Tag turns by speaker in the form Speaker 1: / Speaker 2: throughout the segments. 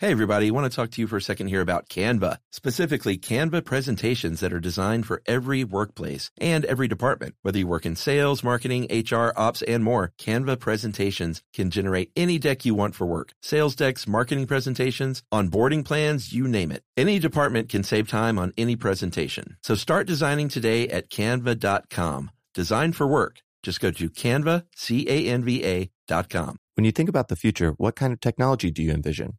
Speaker 1: Hey everybody, I want to talk to you for a second here about Canva, specifically Canva presentations that are designed for every workplace and every department. Whether you work in sales, marketing, HR, ops, and more, Canva presentations can generate any deck you want for work. Sales decks, marketing presentations, onboarding plans, you name it. Any department can save time on any presentation. So start designing today at canva.com. Design for work. Just go to canva, C-A-N-V-A dot com.
Speaker 2: When you think about the future, what kind of technology do you envision?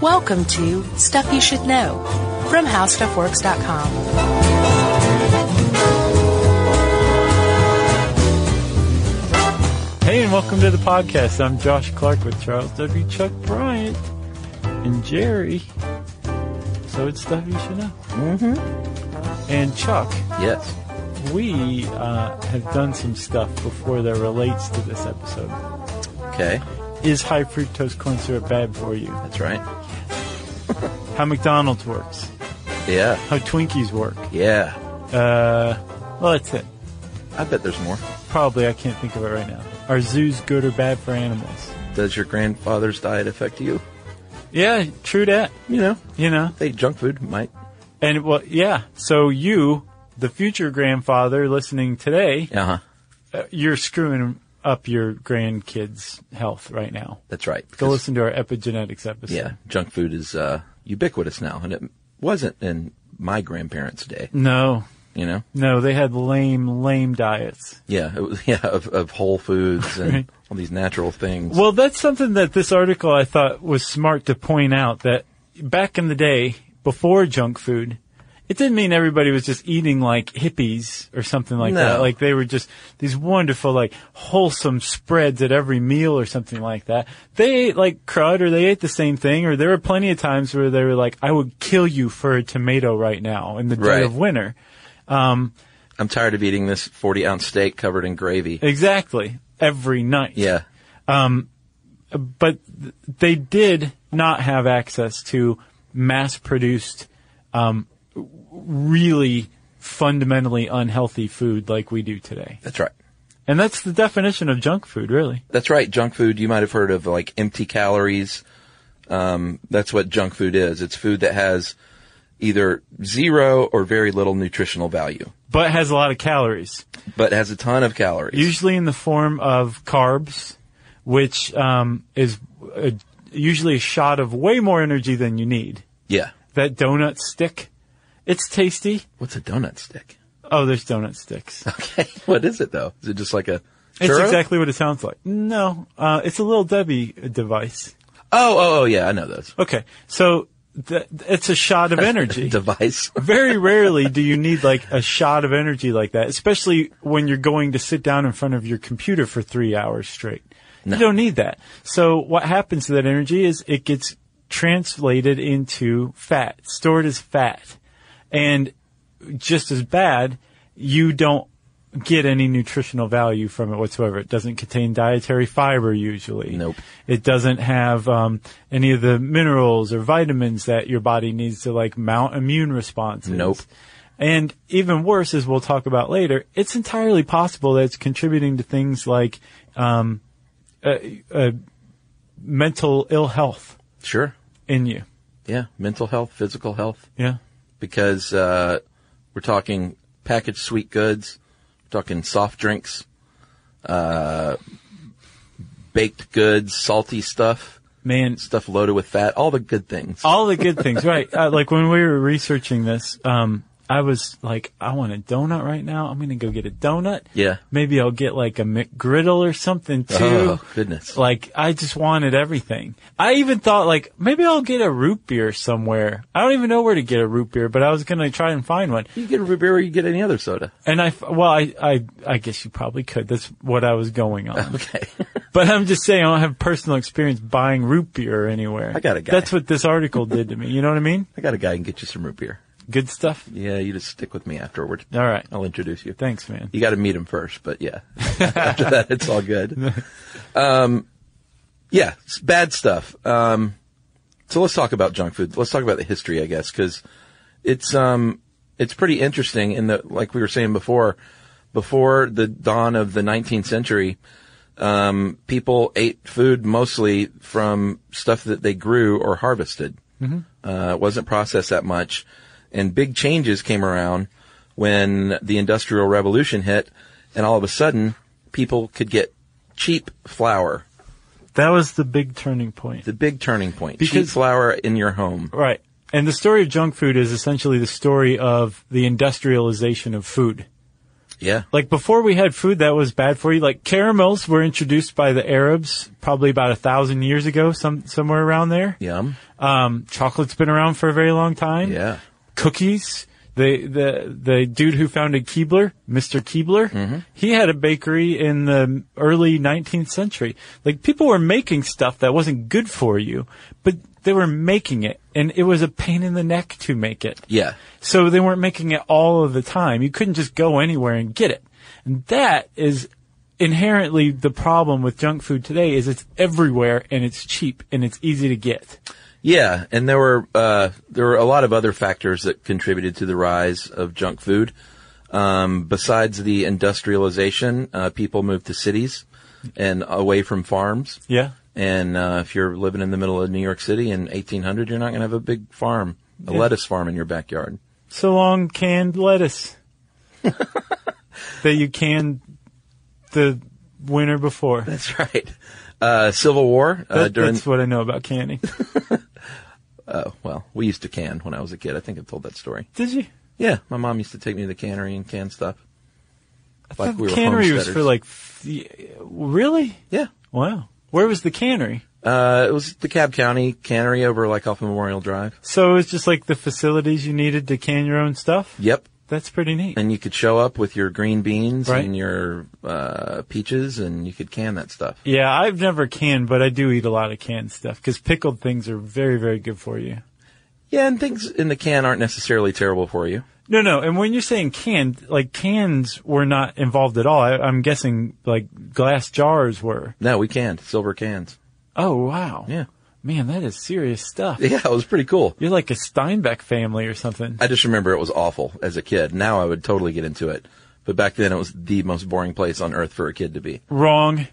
Speaker 3: Welcome to Stuff You Should Know from HowStuffWorks.com.
Speaker 4: Hey, and welcome to the podcast. I'm Josh Clark with Charles W. Chuck Bryant and Jerry. So it's stuff you should know. Mm-hmm. And Chuck,
Speaker 1: Yes.
Speaker 4: we uh, have done some stuff before that relates to this episode.
Speaker 1: Okay.
Speaker 4: Is high fructose corn syrup bad for you?
Speaker 1: That's right.
Speaker 4: How McDonald's works?
Speaker 1: Yeah.
Speaker 4: How Twinkies work?
Speaker 1: Yeah.
Speaker 4: Uh, well, that's it.
Speaker 1: I bet there's more.
Speaker 4: Probably I can't think of it right now. Are zoos good or bad for animals?
Speaker 1: Does your grandfather's diet affect you?
Speaker 4: Yeah, true that.
Speaker 1: You know,
Speaker 4: You know.
Speaker 1: they eat junk food might.
Speaker 4: And well, yeah. So you, the future grandfather listening today,
Speaker 1: Uh huh.
Speaker 4: uh, you're screwing up your grandkids' health right now.
Speaker 1: That's right.
Speaker 4: Go
Speaker 1: 'Cause-
Speaker 4: listen to our epigenetics episode.
Speaker 1: Yeah, junk food is uh, ubiquitous now, and it wasn't in my grandparents' day.
Speaker 4: No,
Speaker 1: You know.
Speaker 4: no, they had lame, lame diets.
Speaker 1: Yeah. It was, yeah. Of, of whole foods and
Speaker 4: Right.
Speaker 1: all these natural things.
Speaker 4: Well, that's something that this article I thought was smart to point out that back in the day, before junk food, it didn't mean everybody was just eating like hippies or something like
Speaker 1: No.
Speaker 4: that. Like they were just these wonderful, like wholesome spreads at every meal or something like that. They ate like crud or they ate the same thing or there were plenty of times where they were like, I would kill you for a tomato right now in the dead
Speaker 1: Right.
Speaker 4: of winter.
Speaker 1: I'm tired of eating this 40 ounce steak covered in gravy.
Speaker 4: Exactly. Every night.
Speaker 1: Yeah.
Speaker 4: but th- they did not have access to mass-produced, um, really fundamentally unhealthy food like we do today.
Speaker 1: That's right.
Speaker 4: And that's the definition of junk food, really.
Speaker 1: That's right. Junk food. You might have heard of like empty calories. Um, that's what junk food is. It's food that has either zero or very little nutritional value,
Speaker 4: But it has a lot of calories,
Speaker 1: but has a ton of calories.
Speaker 4: usually in the form of carbs, which um, is uh usually a shot of way more energy than you need.
Speaker 1: yeah.
Speaker 4: That donut stick, it's tasty.
Speaker 1: What's a donut stick?
Speaker 4: Oh, there's donut sticks.
Speaker 1: Okay. What is it though? Is it just like a
Speaker 4: It's
Speaker 1: churro?
Speaker 4: exactly what it sounds like. No, uh, it's a little Debbie device.
Speaker 1: Oh, oh, oh, yeah, I know those.
Speaker 4: Okay, so th- it's a shot of energy.
Speaker 1: Device.
Speaker 4: Very rarely do you need like a shot of energy like that, especially when you're going to sit down in front of your computer for three hours straight. You don't need that. So what happens to that energy is it gets translated into fat, stored as fat. And just as bad, you don't get any nutritional value from it whatsoever. It doesn't contain dietary fiber usually.
Speaker 1: Nope.
Speaker 4: It doesn't have um, any of the minerals or vitamins that your body needs to like mount immune responses.
Speaker 1: Nope.
Speaker 4: And even worse, as we'll talk about later, it's entirely possible that it's contributing to things like um, uh, uh, mental ill health
Speaker 1: Sure.
Speaker 4: in you.
Speaker 1: Yeah. Mental health, physical health,
Speaker 4: Yeah.
Speaker 1: because uh, we're talking packaged sweet goods, we're talking soft drinks, uh, baked goods, salty stuff,
Speaker 4: Man,
Speaker 1: stuff loaded with fat, all the good things.
Speaker 4: all the good things, right? Uh, like when we were researching this, um, I was like, I want a donut right now. I'm gonna go get a donut.
Speaker 1: Yeah.
Speaker 4: Maybe I'll get like a McGriddle or something too.
Speaker 1: Oh, goodness.
Speaker 4: Like I just wanted everything. I even thought like maybe I'll get a root beer somewhere. I don't even know where to get a root beer, but I was gonna try and find one.
Speaker 1: You get a root beer or you get any other soda.
Speaker 4: And I f- well, I I I guess you probably could. That's what I was going on.
Speaker 1: Okay.
Speaker 4: But I'm just saying I don't have personal experience buying root beer anywhere.
Speaker 1: I got a guy.
Speaker 4: That's what this article did to me. You know what I mean?
Speaker 1: I got a guy who can get you some root beer.
Speaker 4: Good stuff.
Speaker 1: Yeah, you just stick with me afterward.
Speaker 4: All right.
Speaker 1: I'll introduce you.
Speaker 4: Thanks, man.
Speaker 1: You got to meet him first, but yeah. After that, it's all good. Um, yeah, it's bad stuff. Um, so let's talk about junk food. Let's talk about the history, I guess, because it's um, it's pretty interesting. In the like we were saying before, before the dawn of the 19th century, um, people ate food mostly from stuff that they grew or harvested. Uh, it wasn't processed that much, and big changes came around when the Industrial Revolution hit, and all of a sudden, people could get cheap flour.
Speaker 4: That was the big turning point.
Speaker 1: The big turning point: cheap
Speaker 4: Because-
Speaker 1: flour in your home.
Speaker 4: Right. And the story of junk food is essentially the story of the industrialization of food.
Speaker 1: Yeah,
Speaker 4: Like before we had food that was bad for you, like caramels were introduced by the Arabs probably about a thousand years ago, some, somewhere around there.
Speaker 1: yum.
Speaker 4: Um, chocolate's been around for a very long time.
Speaker 1: Yeah.
Speaker 4: Cookies. The, the, the dude who founded Keebler, Mr. Keebler, he had a bakery in the early 19th century. Like people were making stuff that wasn't good for you, but they were making it and it was a pain in the neck to make it.
Speaker 1: Yeah.
Speaker 4: So they weren't making it all of the time. You couldn't just go anywhere and get it. And that is inherently the problem with junk food today is it's everywhere and it's cheap and it's easy to get.
Speaker 1: Yeah, and there were uh, there were a lot of other factors that contributed to the rise of junk food. Um, besides the industrialization, uh, people moved to cities and away from farms.
Speaker 4: Yeah.
Speaker 1: And uh, if you're living in the middle of New York City in 1800, you're not going to have a big farm, a
Speaker 4: Yeah.
Speaker 1: lettuce farm in your backyard.
Speaker 4: So long canned lettuce that you canned the winter before. That-
Speaker 1: That's right. Uh, Civil War uh, during uh,
Speaker 4: that's what I know about canning.
Speaker 1: well, we used to can when I was a kid. I think I've told that story.
Speaker 4: Did you?
Speaker 1: Yeah, my mom used to take me to the cannery and can stuff.
Speaker 4: I
Speaker 1: Like
Speaker 4: thought
Speaker 1: we were
Speaker 4: cannery was for
Speaker 1: homesteaders.
Speaker 4: like, f- y- really?
Speaker 1: Yeah,
Speaker 4: Wow. Where was the cannery?
Speaker 1: Uh, it was the Cab County cannery over like off of Memorial Drive.
Speaker 4: So it was just like the facilities you needed to can your own stuff?
Speaker 1: Yep.
Speaker 4: That's pretty neat.
Speaker 1: And you could show up with your green beans
Speaker 4: Right.
Speaker 1: and your, uh, peaches and you could can that stuff.
Speaker 4: Yeah, I've never canned, but I do eat a lot of canned stuff because pickled things are very, very good for you.
Speaker 1: Yeah. And things in the can aren't necessarily terrible for you.
Speaker 4: No, no, and when you're saying canned, like cans were not involved at all. I, I'm guessing like glass jars were.
Speaker 1: No, we canned silver cans.
Speaker 4: Oh, wow.
Speaker 1: Yeah.
Speaker 4: Man, that is serious stuff.
Speaker 1: Yeah. It was pretty cool.
Speaker 4: You're like a Steinbeck family or something.
Speaker 1: I just remember it was awful as a kid. Now I would totally get into it. But back then it was the most boring place on earth for a kid to be.
Speaker 4: Wrong.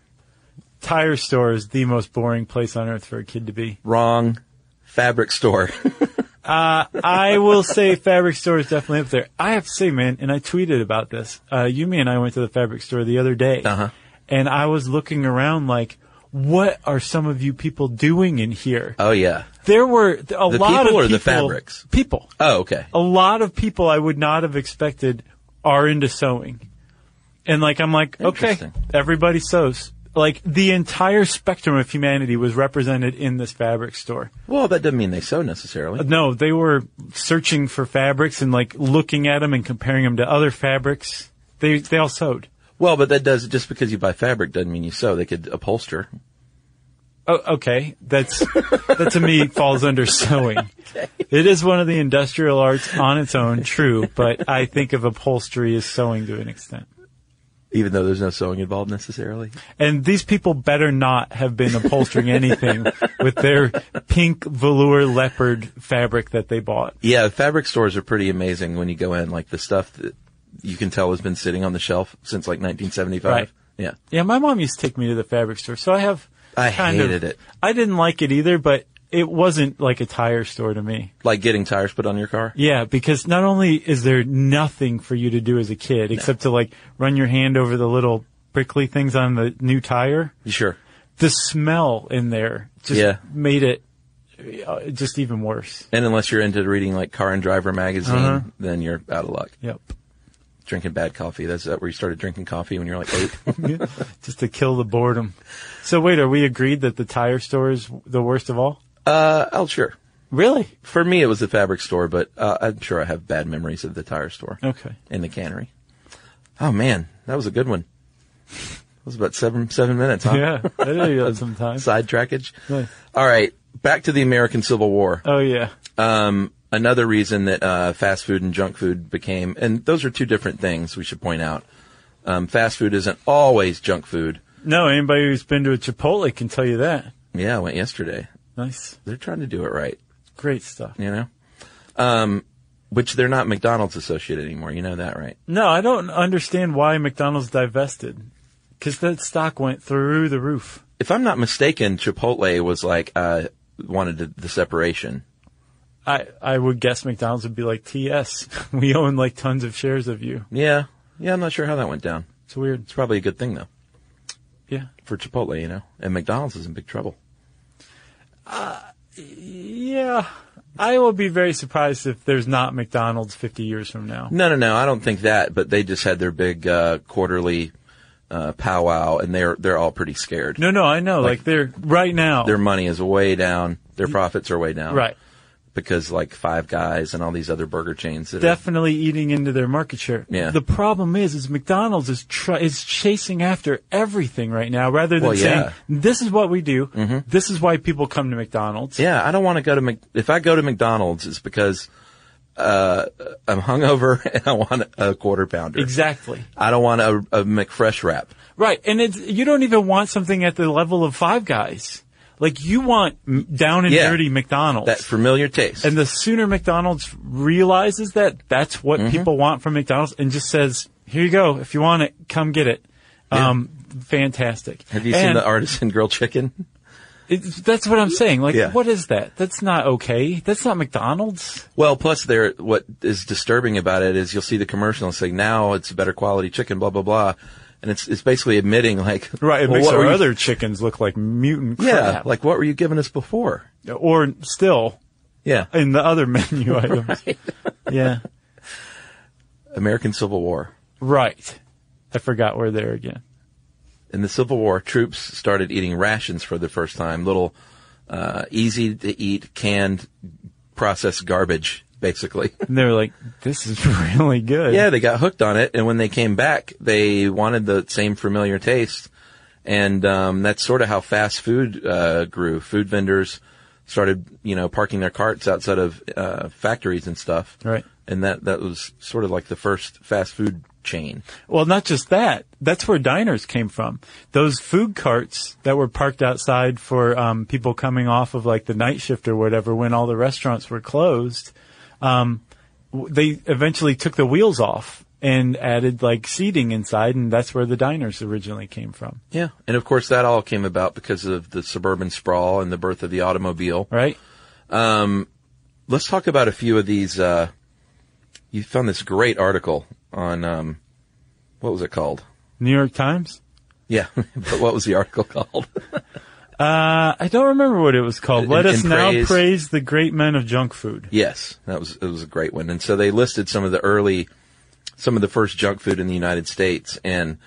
Speaker 4: Tire store is the most boring place on earth for a kid to be.
Speaker 1: Wrong. Fabric store.
Speaker 4: I will say fabric store is definitely up there. I have to say, man, and I tweeted about this. Uh, Yumi and I went to the fabric store the other day,
Speaker 1: Uh-huh.
Speaker 4: and I was looking around like, what are some of you people doing in here?
Speaker 1: oh yeah.
Speaker 4: There were th- a
Speaker 1: The
Speaker 4: lot
Speaker 1: people
Speaker 4: of
Speaker 1: or the
Speaker 4: people,
Speaker 1: fabrics?
Speaker 4: People,
Speaker 1: Oh, okay.
Speaker 4: a lot of people I would not have expected are into sewing, and like I'm like, okay,
Speaker 1: Interesting.
Speaker 4: everybody sews. Like the entire spectrum of humanity was represented in this fabric store.
Speaker 1: Well, that doesn't mean they sew necessarily.
Speaker 4: No, they were searching for fabrics and like looking at them and comparing them to other fabrics. They they all sewed.
Speaker 1: Well, but that does, just because you buy fabric doesn't mean you sew. They could upholster.
Speaker 4: Oh, okay, that's that to me falls under sewing. It is one of the industrial arts on its own, true, but I think of upholstery as sewing to an extent.
Speaker 1: even though there's no sewing involved necessarily.
Speaker 4: And these people better not have been upholstering anything with their pink velour leopard fabric that they bought.
Speaker 1: Yeah, fabric stores are pretty amazing when you go in. Like the stuff that you can tell has been sitting on the shelf since like 1975.
Speaker 4: Right.
Speaker 1: Yeah.
Speaker 4: Yeah, my mom used to take me to the fabric store, so I have.
Speaker 1: I
Speaker 4: kind
Speaker 1: hated
Speaker 4: of,
Speaker 1: it.
Speaker 4: I didn't like it either, but it wasn't like a tire store to me.
Speaker 1: Like getting tires put on your car.
Speaker 4: Yeah, because not only is there nothing for you to do as a kid except to like run your hand over the little prickly things on the new tire,
Speaker 1: Sure.
Speaker 4: the smell in there just
Speaker 1: Yeah.
Speaker 4: made it uh, just even worse.
Speaker 1: And unless you're into reading like Car and Driver magazine,
Speaker 4: Uh-huh.
Speaker 1: then you're out of luck.
Speaker 4: Yep.
Speaker 1: Drinking bad coffee. That's that where you started drinking coffee when you're like eight.
Speaker 4: just to kill the boredom. So wait, are we agreed that the tire store is the worst of all?
Speaker 1: uh, oh, sure.
Speaker 4: Really?
Speaker 1: For me, it was the fabric store, but uh, I'm sure I have bad memories of the tire store
Speaker 4: Okay.
Speaker 1: and the cannery. Oh man, that was a good one. was about seven seven minutes, huh?
Speaker 4: Yeah, I did that sometimes.
Speaker 1: Side trackage.
Speaker 4: Nice.
Speaker 1: All right, back to the American Civil War.
Speaker 4: Oh yeah,
Speaker 1: Um, another reason that uh, fast food and junk food became, and those are two different things we should point out. Um, fast food isn't always junk food.
Speaker 4: no, anybody who's been to a Chipotle can tell you that.
Speaker 1: Yeah, I went yesterday.
Speaker 4: Nice,
Speaker 1: They're trying to do it right,
Speaker 4: great stuff.
Speaker 1: you know. Um, which they're not McDonald's associate anymore. You know that, right?
Speaker 4: No, I don't understand why McDonald's divested because that stock went through the roof.
Speaker 1: If I'm not mistaken, Chipotle was like uh, wanted the, the separation.
Speaker 4: I, I would guess McDonald's would be like TS. We own like tons of shares of you.
Speaker 1: Yeah, yeah. I'm not sure how that went down.
Speaker 4: It's weird.
Speaker 1: It's probably a good thing though
Speaker 4: Yeah.
Speaker 1: for Chipotle, you know. And McDonald's is in big trouble.
Speaker 4: Yeah. I will be very surprised if there's not McDonald's 50 years from now.
Speaker 1: No, no, no. I don't think that. But they just had their big uh, quarterly uh, powwow, and they're they're all pretty scared.
Speaker 4: No, no, I know. Like, they're right now.
Speaker 1: Their money is way down. Their profits are way down.
Speaker 4: right.
Speaker 1: Because like Five Guys and all these other burger chains that are,
Speaker 4: Definitely eating into their market share.
Speaker 1: Yeah.
Speaker 4: The problem is, is McDonald's is try- is chasing after everything right now, rather than
Speaker 1: Well, yeah. Mm-hmm.
Speaker 4: saying, "This is what we do. This is why people come to McDonald's."
Speaker 1: Yeah, I don't want to go to Mc- if I go to McDonald's, it's because uh, I'm hungover and I want a quarter pounder.
Speaker 4: Exactly.
Speaker 1: I don't want a, a McFresh wrap.
Speaker 4: Right, and it's you don't even want something at the level of Five Guys. Like you want m- down and
Speaker 1: Yeah.
Speaker 4: dirty McDonald's.
Speaker 1: That familiar taste.
Speaker 4: and the sooner McDonald's realizes that that's what
Speaker 1: Mm-hmm.
Speaker 4: people want from McDonald's and just says, "Here you go. If you want it, come get it." Um, fantastic.
Speaker 1: Have you seen
Speaker 4: And
Speaker 1: the artisan grilled chicken?
Speaker 4: it's- that's what I'm saying. Like,
Speaker 1: Yeah.
Speaker 4: what is that? That's not okay. That's not McDonald's.
Speaker 1: Well, plus there, what is disturbing about it is you'll see the commercial and say now it's better quality chicken, blah blah blah, and it's it's basically admitting like well, what were you-
Speaker 4: chickens look like mutant
Speaker 1: yeah, like what were you giving us before?
Speaker 4: or still
Speaker 1: Yeah,
Speaker 4: in the other menu items. Yeah.
Speaker 1: American Civil War.
Speaker 4: Right. I forgot we're there again.
Speaker 1: In the Civil War, troops started eating rations for the first time, little uh, easy to eat canned processed garbage, basically.
Speaker 4: And they were like, this is really good.
Speaker 1: Yeah, they got hooked on it, and when they came back, they wanted the same familiar taste, and um, that's sort of how fast food uh, grew. Food vendors started, you know, parking their carts outside of uh, factories and stuff,
Speaker 4: Right.
Speaker 1: And that that was sort of like the first fast food chain.
Speaker 4: Well, not just that. That's where diners came from. Those food carts that were parked outside for um, people coming off of like the night shift or whatever when all the restaurants were closed, um, w- they eventually took the wheels off and added like seating inside, and that's where the diners originally came from.
Speaker 1: Yeah, and of course that all came about because of the suburban sprawl and the birth of the automobile.
Speaker 4: Right?
Speaker 1: Let's talk about a few of these. Uh, you found this great article on um, what was it called?
Speaker 4: New York Times.
Speaker 1: Yeah, but what was the article called?
Speaker 4: Uh, I don't remember what it was called.
Speaker 1: In-
Speaker 4: Let us
Speaker 1: in
Speaker 4: now
Speaker 1: praise-
Speaker 4: praise the great men of junk food.
Speaker 1: Yes, that was it was a great one. And so they listed some of the early, some of the first junk food in the United States, and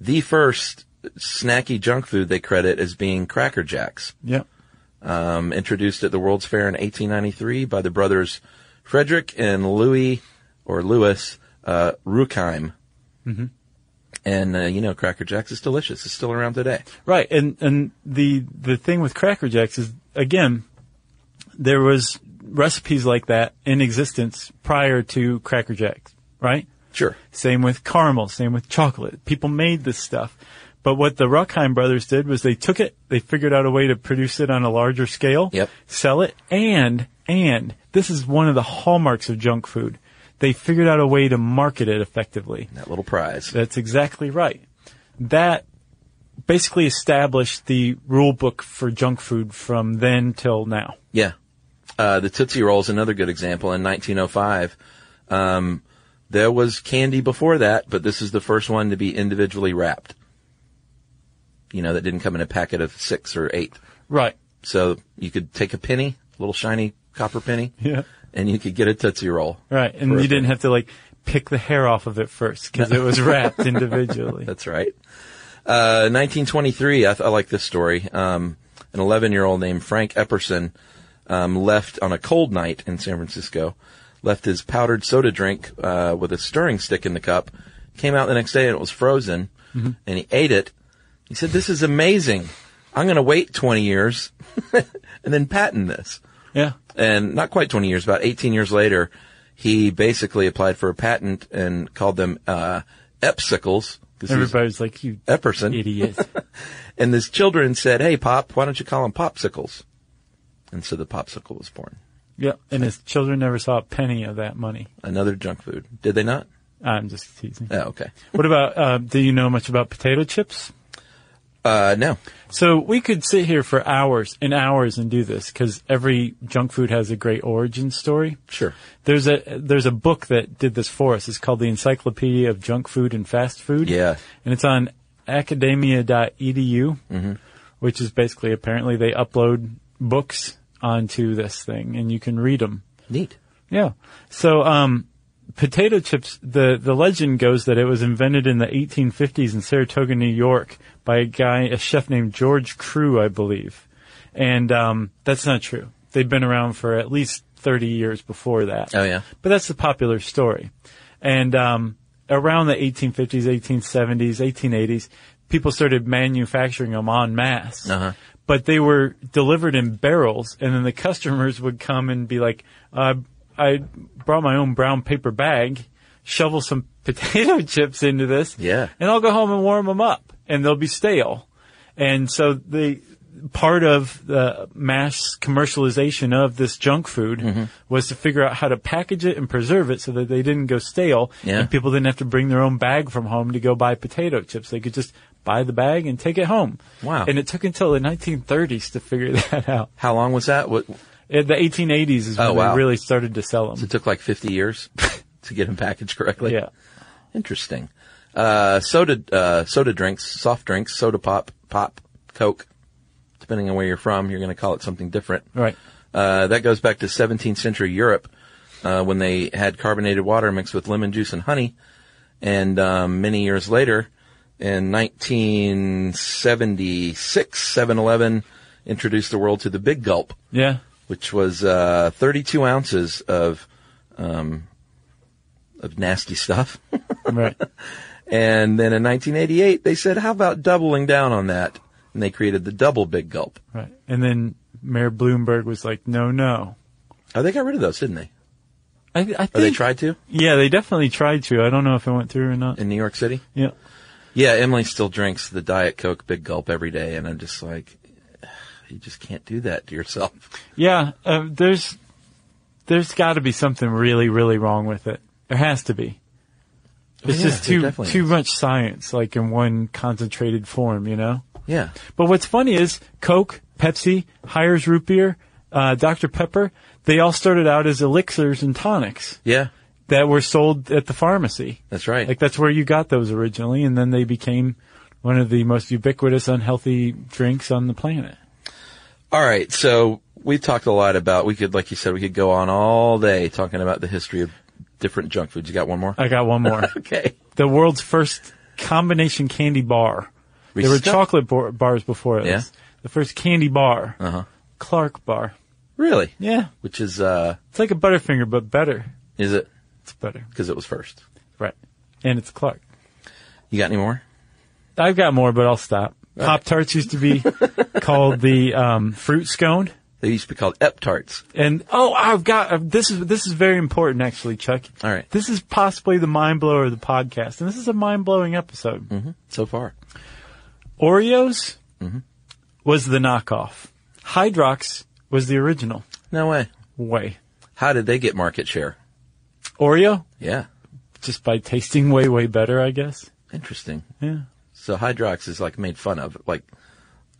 Speaker 1: the first snacky junk food they credit as being Cracker Jacks,
Speaker 4: Yep.
Speaker 1: um, introduced at the World's Fair in 1893 by the brothers Frederick and Louis or Louis uh, Ruckheim. Mm-hmm. And uh, you know, Cracker Jacks is delicious. It's still around today.
Speaker 4: Right, and and the the thing with Cracker Jacks is again, there was recipes like that in existence prior to Cracker Jacks, right?
Speaker 1: Sure.
Speaker 4: Same with caramel, same with chocolate. People made this stuff. But what the Ruckheim brothers did was they took it, they figured out a way to produce it on a larger scale,
Speaker 1: Yep.
Speaker 4: sell it, and, and, this is one of the hallmarks of junk food. They figured out a way to market it effectively.
Speaker 1: That little prize.
Speaker 4: That's exactly right. That basically established the rule book for junk food from then till now.
Speaker 1: Yeah. Uh, the Tootsie Roll is another good example in 1905. Um, there was candy before that, but this is the first one to be individually wrapped. You know, that didn't come in a packet of six or eight.
Speaker 4: Right.
Speaker 1: So you could take a penny, a little shiny copper penny,
Speaker 4: Yeah.
Speaker 1: and you could get a Tootsie Roll.
Speaker 4: Right. And
Speaker 1: For a
Speaker 4: you didn't have to like pick the hair off of it first because it was wrapped individually.
Speaker 1: That's right. Uh, 1923, I, th- I like this story. Um, an 11 year old named Frank Epperson um, left on a cold night in San Francisco, left his powdered soda drink uh, with a stirring stick in the cup, came out the next day and it was frozen, and he ate it, He said, this is amazing. I'm going to wait 20 years and then patent this.
Speaker 4: Yeah.
Speaker 1: And not quite 20 years, about 18 years later, he basically applied for a patent and called them, uh, epsicles. 'cause he's
Speaker 4: Everybody's like, you
Speaker 1: Epperson.
Speaker 4: idiot.
Speaker 1: And his children said, hey, Pop, why don't you call them popsicles? And so the popsicle was born.
Speaker 4: yeah. And his children never saw a penny of that money.
Speaker 1: Another junk food. Did they not?
Speaker 4: I'm just teasing.
Speaker 1: Oh, okay.
Speaker 4: What about, uh, do you know much about potato chips?
Speaker 1: Uh, no.
Speaker 4: So we could sit here for hours and hours and do this because every junk food has a great origin story.
Speaker 1: Sure.
Speaker 4: There's a there's a book that did this for us. It's called the Encyclopedia of Junk Food and Fast Food.
Speaker 1: Yeah.
Speaker 4: and it's on academia.edu,
Speaker 1: Mm-hmm.
Speaker 4: which is basically apparently they upload books onto this thing and you can read them.
Speaker 1: Neat.
Speaker 4: Yeah. So, um, potato chips, the, the legend goes that it was invented in the 1850s in Saratoga, New York by a guy, a chef named George Crew, I believe. And, um, that's not true. They've been around for at least 30 years before that.
Speaker 1: Oh, yeah.
Speaker 4: But that's the popular story. And, um, around the 1850s, 1870s, 1880s, people started manufacturing them en masse
Speaker 1: Uh-huh.
Speaker 4: but they were delivered in barrels, and then the customers would come and be like, uh, "I brought my own brown paper bag, shovel some potato chips into this,
Speaker 1: Yeah.
Speaker 4: and I'll go home and warm them up, and they'll be stale." And so the part of the mass commercialization of this junk food
Speaker 1: Mm-hmm.
Speaker 4: was to figure out how to package it and preserve it so that they didn't go stale,
Speaker 1: Yeah.
Speaker 4: and people didn't have to bring their own bag from home to go buy potato chips. They could just buy the bag and take it home.
Speaker 1: Wow.
Speaker 4: And it took until the 1930s to figure that out.
Speaker 1: How long was that? What,
Speaker 4: In the 1880s is when
Speaker 1: Oh, wow.
Speaker 4: they really started to sell
Speaker 1: it
Speaker 4: them.
Speaker 1: took like 50 years to get them packaged correctly.
Speaker 4: Yeah.
Speaker 1: Interesting. Uh, soda, uh, soda drinks, soft drinks, soda pop, pop, Coke. Depending on where you're from, you're going to call it something different.
Speaker 4: Right.
Speaker 1: Uh, that goes back to 17th century Europe, uh, when they had carbonated water mixed with lemon juice and honey. And, um, many years later, in 1976, 7-Eleven introduced the world to the big gulp,
Speaker 4: Yeah.
Speaker 1: which was, uh, 32 ounces of, um, of nasty stuff.
Speaker 4: Right.
Speaker 1: And then in 1988, they said, how about doubling down on that? And they created the double big gulp.
Speaker 4: right. And then Mayor Bloomberg was like, no, no.
Speaker 1: Oh, they got rid of those, didn't they?
Speaker 4: I, I think.
Speaker 1: Or they tried to
Speaker 4: Yeah, they definitely tried to. I don't know if it went through or not.
Speaker 1: in New York City?
Speaker 4: Yeah.
Speaker 1: Yeah, Emily still drinks the Diet Coke Big Gulp every day, and I'm just like, you just can't do that to yourself.
Speaker 4: Yeah. Uh, there's, there's got to be something really, really wrong with it. There has to be.
Speaker 1: Oh,
Speaker 4: It's
Speaker 1: yeah,
Speaker 4: just
Speaker 1: there
Speaker 4: too,
Speaker 1: definitely
Speaker 4: too
Speaker 1: is.
Speaker 4: much science, like in one concentrated form, you know?
Speaker 1: Yeah.
Speaker 4: But what's funny is Coke, Pepsi, Hires root beer, uh, Dr Pepper. They all started out as elixirs and tonics
Speaker 1: Yeah.
Speaker 4: that were sold at the pharmacy.
Speaker 1: That's right.
Speaker 4: Like that's where you got those originally, and then they became one of the most ubiquitous unhealthy drinks on the planet.
Speaker 1: All right. So we talked a lot about, we could, like you said, we could go on all day talking about the history of different junk foods. You got one more?
Speaker 4: I got one more.
Speaker 1: Okay.
Speaker 4: the world's first combination candy bar. there were
Speaker 1: Reese's Cup?
Speaker 4: chocolate bar- bars before this.
Speaker 1: Yeah.
Speaker 4: The first candy bar,
Speaker 1: Uh huh.
Speaker 4: Clark bar.
Speaker 1: Really?
Speaker 4: Yeah,
Speaker 1: Which is, uh,
Speaker 4: it's like a Butterfinger, but better.
Speaker 1: is it
Speaker 4: It's better,
Speaker 1: because it was first?
Speaker 4: right? And it's Clark.
Speaker 1: You got any more?
Speaker 4: I've got more, but I'll stop. Pop tarts used to be called the um, fruit scone,
Speaker 1: They used to be called Ep Tarts.
Speaker 4: and oh, I've got uh, this is this is very important actually, Chuck.
Speaker 1: All right.
Speaker 4: this is possibly the mind blower of the podcast, and this is a mind blowing episode.
Speaker 1: So far.
Speaker 4: Oreos was the knockoff. Hydrox was the original.
Speaker 1: No way.
Speaker 4: Way
Speaker 1: How did they get market share?
Speaker 4: Oreo
Speaker 1: Yeah.
Speaker 4: just by tasting way way better, I guess.
Speaker 1: Interesting.
Speaker 4: Yeah.
Speaker 1: So Hydrox is like made fun of. Like,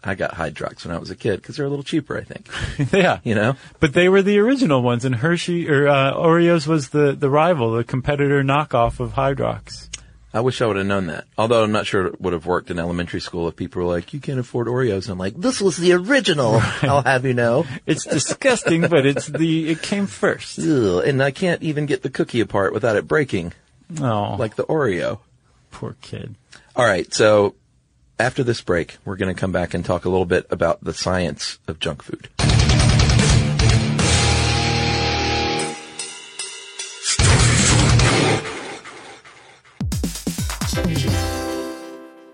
Speaker 1: I got Hydrox when I was a kid because they're a little cheaper, I think.
Speaker 4: yeah.
Speaker 1: You know?
Speaker 4: But they were the original ones, and Hershey or uh, Oreos was the the rival, the competitor knockoff of Hydrox.
Speaker 1: I wish I would have known that. Although I'm not sure it would have worked in elementary school if people were like, you can't afford Oreos. And I'm like, this was the original. I'll have you know.
Speaker 4: It's disgusting, but it's the it came first.
Speaker 1: Ugh, and I can't even get the cookie apart without it breaking,
Speaker 4: Oh, like
Speaker 1: like the Oreo.
Speaker 4: poor kid.
Speaker 1: All right. So after this break, we're going to come back and talk a little bit about the science of junk food.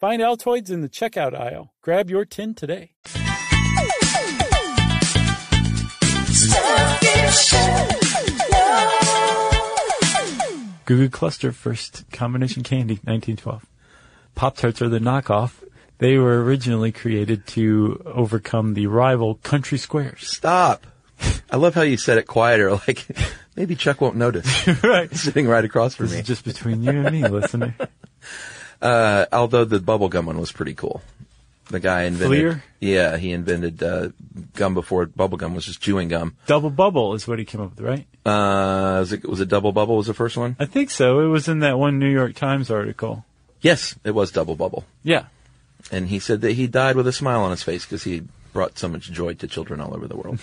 Speaker 4: Find Altoids in the checkout aisle. Grab your tin today. Goo Goo Cluster first combination candy, 1912. Pop Tarts are the knockoff. They were originally created to overcome the rival Country Squares.
Speaker 1: Stop. I love how you said it quieter. Like maybe Chuck won't notice
Speaker 4: right.
Speaker 1: sitting right across from
Speaker 4: This
Speaker 1: me.
Speaker 4: is just between you and me, listener.
Speaker 1: Uh, although the bubblegum one was pretty cool. The guy invented.
Speaker 4: Fleer?
Speaker 1: Yeah, he invented uh, gum before bubblegum was just chewing gum.
Speaker 4: Double Bubble is what he came up with, right?
Speaker 1: Uh, was it, was it double bubble? Was the first one?
Speaker 4: I think so. It was in that one New York Times article.
Speaker 1: Yes, it was double bubble.
Speaker 4: Yeah.
Speaker 1: And he said that he died with a smile on his face because he brought so much joy to children all over the world.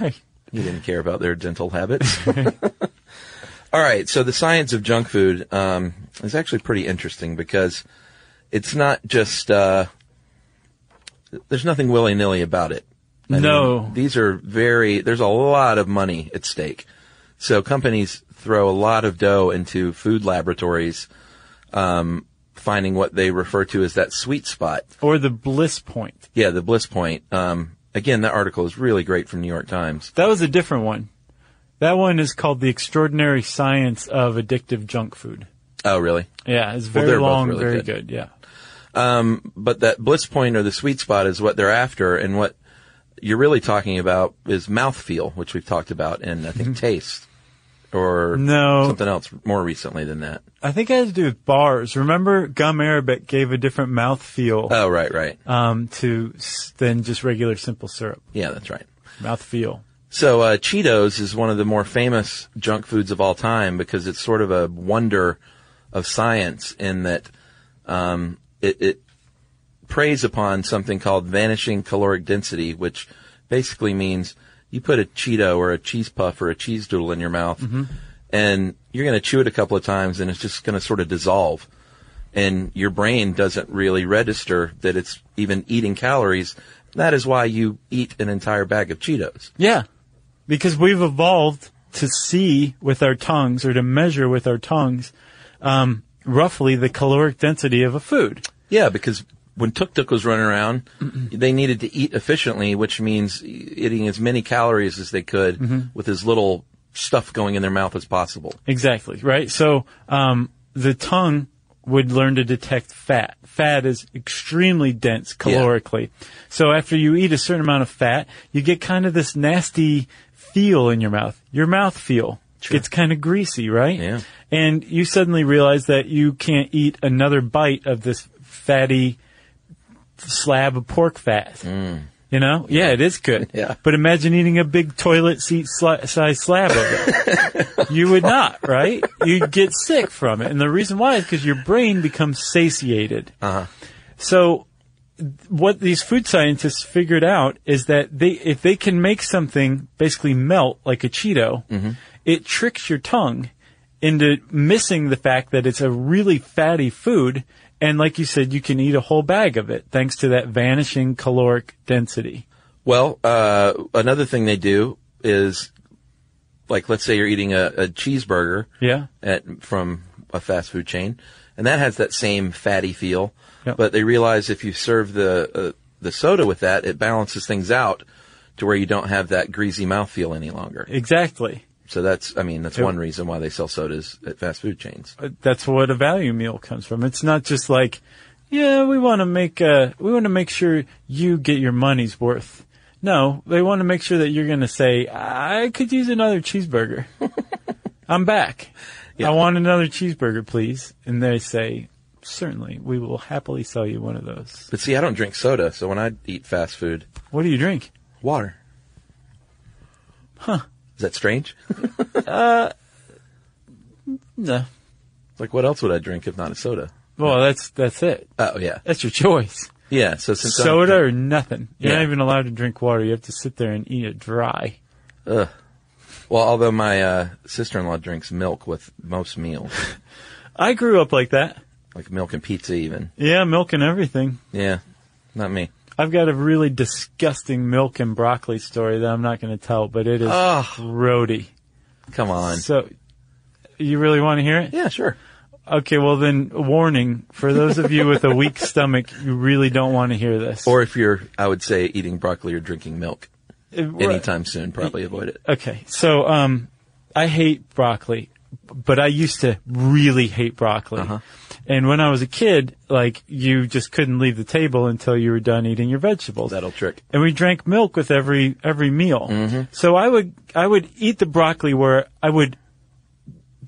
Speaker 4: Right.
Speaker 1: He didn't care about their dental habits. All right, so the science of junk food um, is actually pretty interesting because it's not just uh, there's nothing willy nilly about it.
Speaker 4: No.
Speaker 1: these are very there's a lot of money at stake. So companies throw a lot of dough into food laboratories, um, finding what they refer to as that sweet spot.
Speaker 4: Or the Bliss Point.
Speaker 1: Yeah, the bliss point. Um, again, that article is really great from New York Times.
Speaker 4: That was a different one. That one is called The Extraordinary Science of Addictive Junk Food.
Speaker 1: Oh, really?
Speaker 4: Yeah, it's
Speaker 1: Well,
Speaker 4: very
Speaker 1: they're both
Speaker 4: long,
Speaker 1: really
Speaker 4: very
Speaker 1: good.
Speaker 4: good. Yeah.
Speaker 1: Um, but that bliss point or the sweet spot is what they're after, and what you're really talking about is mouthfeel, which we've talked about in I think taste or
Speaker 4: No.
Speaker 1: something else more recently than that.
Speaker 4: I think it has to do with bars. Remember, gum arabic gave a different mouthfeel
Speaker 1: Oh, right, right.
Speaker 4: um, to s- than just regular simple syrup.
Speaker 1: Yeah, that's right.
Speaker 4: Mouthfeel.
Speaker 1: So uh, Cheetos is one of the more famous junk foods of all time because it's sort of a wonder of science in that um, it, it preys upon something called vanishing caloric density, which basically means you put a Cheeto or a cheese puff or a cheese doodle in your mouth, and you're going to chew it a couple of times, and it's just going to sort of dissolve, and your brain doesn't really register that it's even eating calories. That is why you eat an entire bag of Cheetos.
Speaker 4: Yeah. Because we've evolved to see with our tongues or to measure with our tongues um, roughly the caloric density of a food.
Speaker 1: Yeah, because when Tuk Tuk was running around, they needed to eat efficiently, which means eating as many calories as they could
Speaker 4: Mm-hmm.
Speaker 1: with as little stuff going in their mouth as possible.
Speaker 4: Exactly, right? So um, the tongue would learn to detect fat. Fat is extremely dense calorically. So after you eat a certain amount of fat, you get kind of this nasty feel in your mouth. Your mouth feel. It's kind of greasy, right?
Speaker 1: Yeah.
Speaker 4: And you suddenly realize that you can't eat another bite of this fatty slab of pork fat. You know? Yeah, it is good.
Speaker 1: Mm. Yeah.
Speaker 4: But imagine eating a big toilet seat sli- size slab of it. you would not, right? You'd get sick from it. And the reason why is because your brain becomes satiated.
Speaker 1: Uh-huh.
Speaker 4: So what these food scientists figured out is that they, if they can make something basically melt like a Cheeto, it tricks your tongue into missing the fact that it's a really fatty food. And like you said, you can eat a whole bag of it thanks to that vanishing caloric density.
Speaker 1: Well, uh, another thing they do is, like, let's say you're eating a, a cheeseburger
Speaker 4: Yeah.
Speaker 1: at from a fast food chain, and that has that same fatty feel.
Speaker 4: Yeah.
Speaker 1: But they realize if you serve the uh, the soda with that, it balances things out to where you don't have that greasy mouthfeel any longer.
Speaker 4: Exactly.
Speaker 1: So that's, I mean, that's
Speaker 4: Yeah.
Speaker 1: one reason why they sell sodas at fast food chains.
Speaker 4: Uh, That's what a value meal comes from. It's not just like, yeah, we want to make, uh, we want to make sure you get your money's worth. No, they want to make sure that you're going to say, I could use another cheeseburger. I'm back. I want another cheeseburger, please. And they say, certainly, we will happily sell you one of those.
Speaker 1: But see, I don't drink soda, so when I eat fast food,
Speaker 4: What do you drink?
Speaker 1: water. Huh. Is that strange?
Speaker 4: No.
Speaker 1: like, what else would I drink if not a soda?
Speaker 4: Well, that's, that's it.
Speaker 1: Oh, yeah.
Speaker 4: That's your choice.
Speaker 1: Yeah, so since I don't
Speaker 4: Soda
Speaker 1: drink-
Speaker 4: or nothing. You're
Speaker 1: Yeah.
Speaker 4: not even allowed to drink water. You have to sit there and eat it dry.
Speaker 1: Well, although my uh, sister-in-law drinks milk with most meals,
Speaker 4: I grew up like that.
Speaker 1: like milk and pizza even.
Speaker 4: Yeah, milk and everything.
Speaker 1: Yeah, not me.
Speaker 4: I've got a really disgusting milk and broccoli story that I'm not going to tell, but it is
Speaker 1: Ugh.
Speaker 4: grody.
Speaker 1: Come on.
Speaker 4: So, you really want to hear it?
Speaker 1: Yeah, sure.
Speaker 4: Okay, well then, warning for those of you with a weak stomach, you really don't want to hear this.
Speaker 1: Or if you're, I would say, eating broccoli or drinking milk
Speaker 4: If-
Speaker 1: anytime soon, probably avoid it.
Speaker 4: Uh, Okay, so um, I hate broccoli, but I used to really hate broccoli.
Speaker 1: Uh-huh.
Speaker 4: And when I was a kid, like you just couldn't leave the table until you were done eating your vegetables.
Speaker 1: That'll trick.
Speaker 4: and we drank milk with every every meal.
Speaker 1: Mm-hmm.
Speaker 4: So I would I would eat the broccoli where I would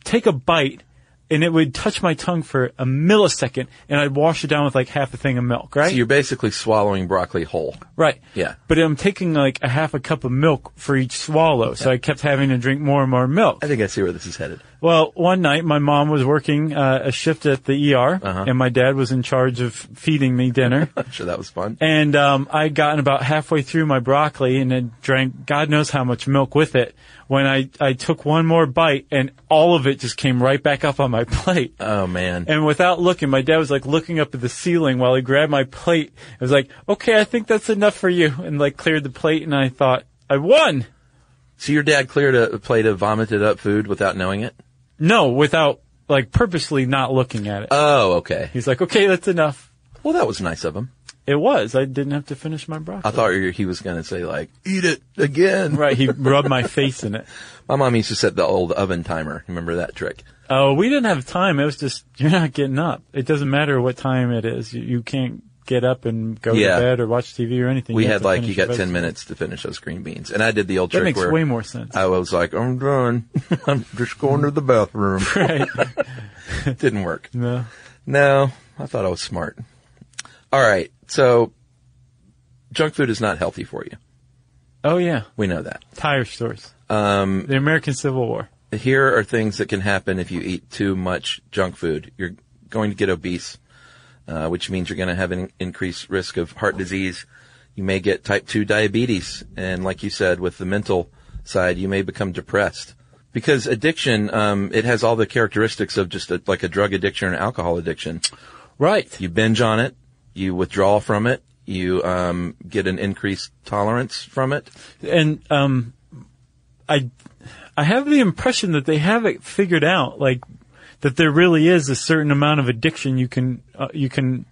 Speaker 4: take a bite and it would touch my tongue for a millisecond, and I'd wash it down with like half a thing of milk. Right?
Speaker 1: So you're basically swallowing broccoli whole.
Speaker 4: Right.
Speaker 1: Yeah.
Speaker 4: But I'm taking like a half a cup of milk for each swallow, so I kept having to drink more and more milk.
Speaker 1: I think I see where this is headed.
Speaker 4: Well, one night my mom was working uh, a shift at the ER,
Speaker 1: Uh-huh.
Speaker 4: and my dad was in charge of feeding me dinner.
Speaker 1: I'm sure that was fun.
Speaker 4: and um, I'd gotten about halfway through my broccoli and then drank God knows how much milk with it. When I, I took one more bite, and all of it just came right back up on my plate.
Speaker 1: Oh man.
Speaker 4: And without looking, my dad was like looking up at the ceiling while he grabbed my plate. I was like, okay, I think that's enough for you. And like cleared the plate and I thought, I won.
Speaker 1: So your dad cleared a, a plate of vomited up food without knowing it?
Speaker 4: No, without like purposely not looking at it.
Speaker 1: Oh, okay.
Speaker 4: He's like, okay, that's enough.
Speaker 1: Well, that was nice of him.
Speaker 4: It was. I didn't have to finish my
Speaker 1: I
Speaker 4: broccoli.
Speaker 1: thought you- he was going to say like, eat it again.
Speaker 4: right. He rubbed my face in it.
Speaker 1: My mom used to set the old oven timer. Remember that trick?
Speaker 4: Oh, we didn't have time. It was just, you're not getting up. It doesn't matter what time it is. You, you can't get up and go
Speaker 1: Yeah.
Speaker 4: to bed or watch TV or anything.
Speaker 1: We
Speaker 4: You
Speaker 1: had
Speaker 4: have to
Speaker 1: like,
Speaker 4: finish
Speaker 1: you
Speaker 4: your
Speaker 1: got 10
Speaker 4: vegetables.
Speaker 1: minutes to finish those green beans. And I did the old
Speaker 4: That
Speaker 1: trick
Speaker 4: makes
Speaker 1: where
Speaker 4: way more sense.
Speaker 1: I was like, I'm done. I'm just going to the bathroom.
Speaker 4: right.
Speaker 1: Didn't work.
Speaker 4: No.
Speaker 1: No, I thought I was smart. All right. So junk food is not healthy for you.
Speaker 4: Oh yeah.
Speaker 1: We know that.
Speaker 4: Tire stores.
Speaker 1: Um,
Speaker 4: The American Civil War.
Speaker 1: here are things that can happen if you eat too much junk food. You're going to get obese, uh, which means you're going to have an increased risk of heart disease. You may get type 2 diabetes. And like you said, with the mental side, you may become depressed. Because addiction, um, it has all the characteristics of just a, like a drug addiction or an alcohol addiction.
Speaker 4: Right.
Speaker 1: You binge on it, you withdraw from it, you um, get an increased tolerance from it.
Speaker 4: And um, I, I have the impression that they have it figured out. Like that there really is a certain amount of addiction you can uh, you can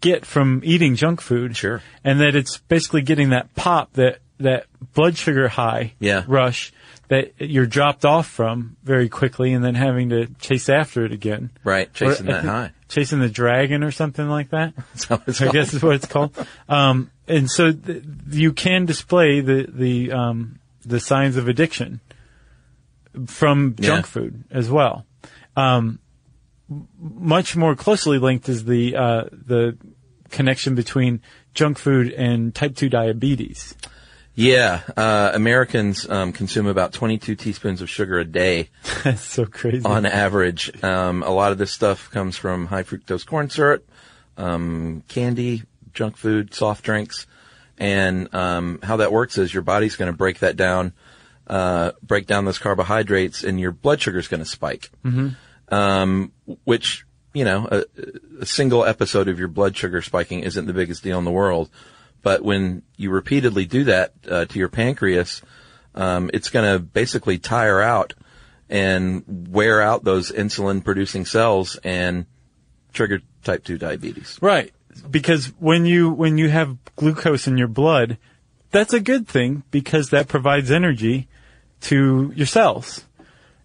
Speaker 4: get from eating junk food.
Speaker 1: Sure.
Speaker 4: And that it's basically getting that pop that that blood sugar high
Speaker 1: Yeah.
Speaker 4: rush that you're dropped off from very quickly and then having to chase after it again.
Speaker 1: Right,
Speaker 4: Or
Speaker 1: chasing
Speaker 4: I
Speaker 1: that
Speaker 4: think-
Speaker 1: high.
Speaker 4: Chasing the dragon or something like that.
Speaker 1: That's how it's
Speaker 4: I
Speaker 1: called.
Speaker 4: guess is what it's called. Um, and so th- you can display the the um, the signs of addiction from junk
Speaker 1: Yeah.
Speaker 4: food as well. Um, m- much more closely linked is the uh, the connection between junk food and type two diabetes.
Speaker 1: Yeah, uh, Americans um, consume about 22 teaspoons of sugar a day
Speaker 4: That's so crazy.
Speaker 1: on average. Um, a lot of this stuff comes from high fructose corn syrup, um, candy, junk food, soft drinks, and um, how that works is your body's going to break that down uh, break down those carbohydrates, and your blood sugar is going to spike. Um, which you know, uh, a, a single episode of your blood sugar spiking isn't the biggest deal in the world, but when you repeatedly do that uh, to your pancreas, um, it's going to basically tire out and wear out those insulin-producing cells and trigger type two diabetes.
Speaker 4: Right. Because when you when you have glucose in your blood, that's a good thing because that provides energy to your cells.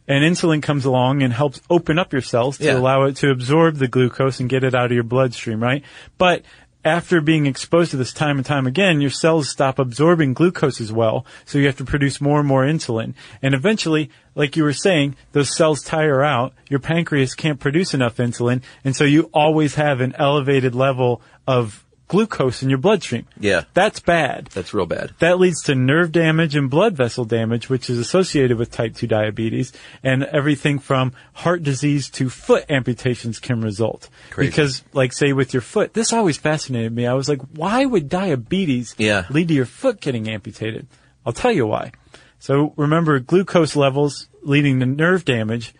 Speaker 4: And insulin comes along and helps open up your cells to
Speaker 1: Yeah.
Speaker 4: allow it to absorb the glucose and get it out of your bloodstream, right? But after being exposed to this time and time again, your cells stop absorbing glucose as well, so you have to produce more and more insulin. And eventually, like you were saying, those cells tire out, your pancreas can't produce enough insulin, and so you always have an elevated level of glucose in your bloodstream.
Speaker 1: Yeah.
Speaker 4: That's bad.
Speaker 1: That's real bad.
Speaker 4: That leads to nerve damage and blood vessel damage, which is associated with type 2 diabetes, and everything from heart disease to foot amputations can result.
Speaker 1: Crazy.
Speaker 4: Because, like, say with your foot, this always fascinated me. I was like, why would diabetes
Speaker 1: Yeah.
Speaker 4: lead to your foot getting amputated? I'll tell you why. So remember, glucose levels leading to nerve damage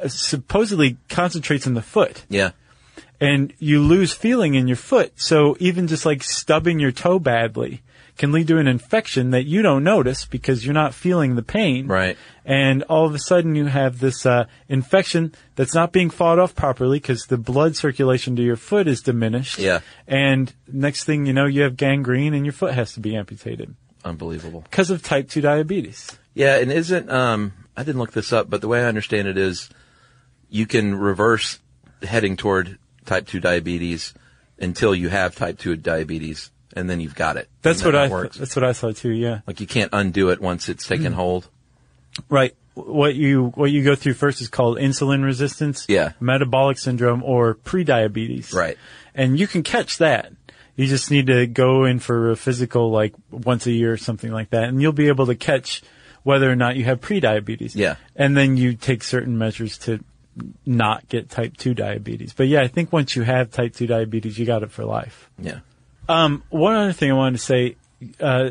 Speaker 4: uh, supposedly concentrates in the foot
Speaker 1: Yeah.
Speaker 4: and you lose feeling in your foot. So even just like stubbing your toe badly can lead to an infection that you don't notice because you're not feeling the pain.
Speaker 1: Right.
Speaker 4: And all of a sudden you have this uh, infection that's not being fought off properly because the blood circulation to your foot is diminished.
Speaker 1: Yeah.
Speaker 4: And next thing you know, you have gangrene and your foot has to be amputated
Speaker 1: Unbelievable.
Speaker 4: because of type 2 diabetes.
Speaker 1: Yeah, and isn't um I didn't look this up, but the way I understand it is you can reverse heading toward type 2 diabetes until you have type 2 diabetes and then you've got it.
Speaker 4: That's
Speaker 1: And
Speaker 4: what
Speaker 1: then
Speaker 4: I
Speaker 1: it works.
Speaker 4: that's Hmm. what I saw too. Yeah.
Speaker 1: like you can't undo it once it's taken hold.
Speaker 4: Right. What you what you go through first is called insulin resistance,
Speaker 1: Yeah.
Speaker 4: metabolic syndrome, or prediabetes.
Speaker 1: Right.
Speaker 4: And you can catch that. You just need to go in for a physical like once a year or something like that, and you'll be able to catch whether or not you have prediabetes.
Speaker 1: Yeah.
Speaker 4: And then you take certain measures to not get type two diabetes. But yeah, I think once you have type two diabetes, you got it for life.
Speaker 1: Yeah.
Speaker 4: Um, one other thing I wanted to say, uh,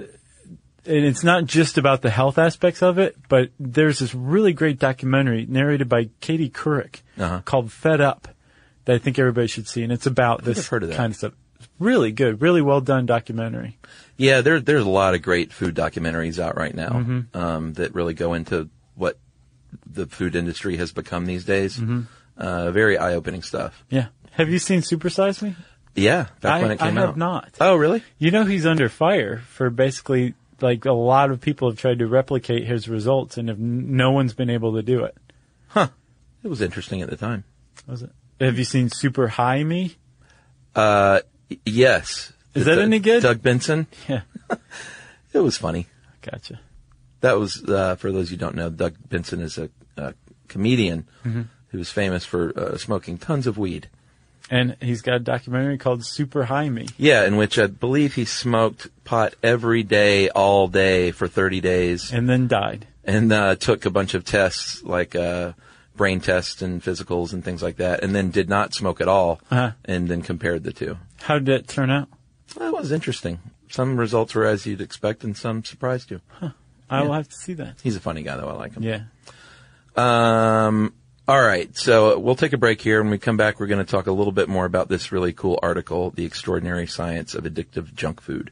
Speaker 4: and it's not just about the health aspects of it, but there's this really great documentary narrated by Katie Couric
Speaker 1: Uh-huh.
Speaker 4: called Fed Up that I think everybody should see, and it's about this
Speaker 1: I've heard of that.
Speaker 4: kind of stuff. It's Really good, really well done documentary.
Speaker 1: Yeah, there there's a lot of great food documentaries out right now
Speaker 4: Mm-hmm.
Speaker 1: um, that really go into what the food industry has become these days.
Speaker 4: Mm-hmm.
Speaker 1: Uh, very eye-opening stuff.
Speaker 4: Yeah. Have you seen Supersize Me?
Speaker 1: Yeah, back
Speaker 4: I,
Speaker 1: when it
Speaker 4: I
Speaker 1: came out.
Speaker 4: have not.
Speaker 1: Oh, really?
Speaker 4: You know he's under fire for basically like a lot of people have tried to replicate his results, and have, no one's been able to do it.
Speaker 1: It was interesting at the time.
Speaker 4: Was it? Have you seen Super High Me?
Speaker 1: Uh, y- yes.
Speaker 4: Is that
Speaker 1: Doug-
Speaker 4: any good?
Speaker 1: Doug Benson.
Speaker 4: Yeah.
Speaker 1: It was funny.
Speaker 4: Gotcha.
Speaker 1: That was uh, for those you don't know. Doug Benson is a, a comedian
Speaker 4: Mm-hmm.
Speaker 1: who was famous for uh, smoking tons of weed.
Speaker 4: And he's got a documentary called Super High Me.
Speaker 1: Yeah, in which I believe he smoked pot every day, all day for 30 days,
Speaker 4: And then died.
Speaker 1: and uh, took a bunch of tests like uh, brain tests and physicals and things like that, and then did not smoke at all,
Speaker 4: Uh-huh.
Speaker 1: and then compared the two.
Speaker 4: How did that turn out?
Speaker 1: That was interesting. Some results were as you'd expect, and some surprised you.
Speaker 4: I will have to see that.
Speaker 1: He's a funny guy, though. I like him.
Speaker 4: Yeah.
Speaker 1: Um, all right. So we'll take a break here. When we come back, we're going to talk a little bit more about this really cool article, The Extraordinary Science of Addictive Junk Food.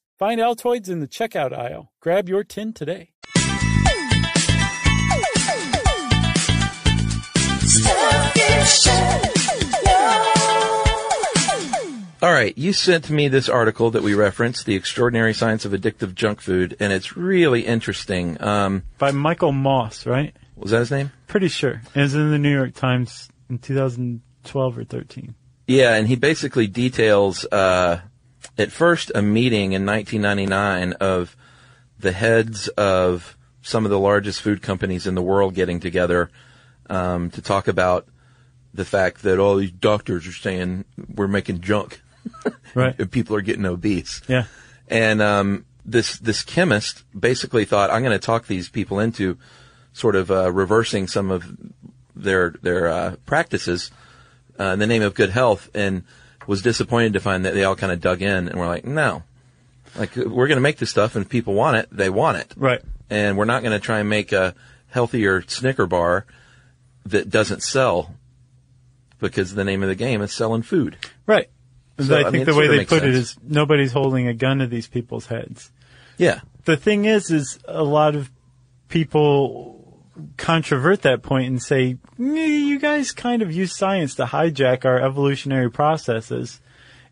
Speaker 5: Find Altoids in the checkout aisle. Grab your tin today.
Speaker 1: All right, you sent me this article that we referenced, The Extraordinary Science of Addictive Junk Food, and it's really interesting. Um,
Speaker 4: By Michael Moss, right?
Speaker 1: was that his name?
Speaker 4: Pretty sure. It was in the New York Times in 2012 or 13.
Speaker 1: Yeah, and he basically details uh, at first a meeting in 1999 of the heads of some of the largest food companies in the world getting together um, to talk about the fact that all these doctors are saying we're making junk
Speaker 4: Right.
Speaker 1: and people are getting obese.
Speaker 4: Yeah.
Speaker 1: And um, this this chemist basically thought, I'm going to talk these people into sort of uh, reversing some of their their uh, practices uh, in the name of good health, and was disappointed to find that they all kind of dug in and were like, no, like we're going to make this stuff, and if people want it, they want it,
Speaker 4: Right.
Speaker 1: and we're not going to try and make a healthier Snicker bar that doesn't sell. Because the name of the game is selling food.
Speaker 4: Right. And
Speaker 1: So,
Speaker 4: I
Speaker 1: I
Speaker 4: think
Speaker 1: mean,
Speaker 4: the
Speaker 1: it
Speaker 4: way
Speaker 1: sorta
Speaker 4: they
Speaker 1: makes
Speaker 4: put it
Speaker 1: sense.
Speaker 4: is nobody's holding a gun to these people's heads.
Speaker 1: Yeah.
Speaker 4: The thing is, is a lot of people controvert that point and say, "Eh, you guys kind of use science to hijack our evolutionary processes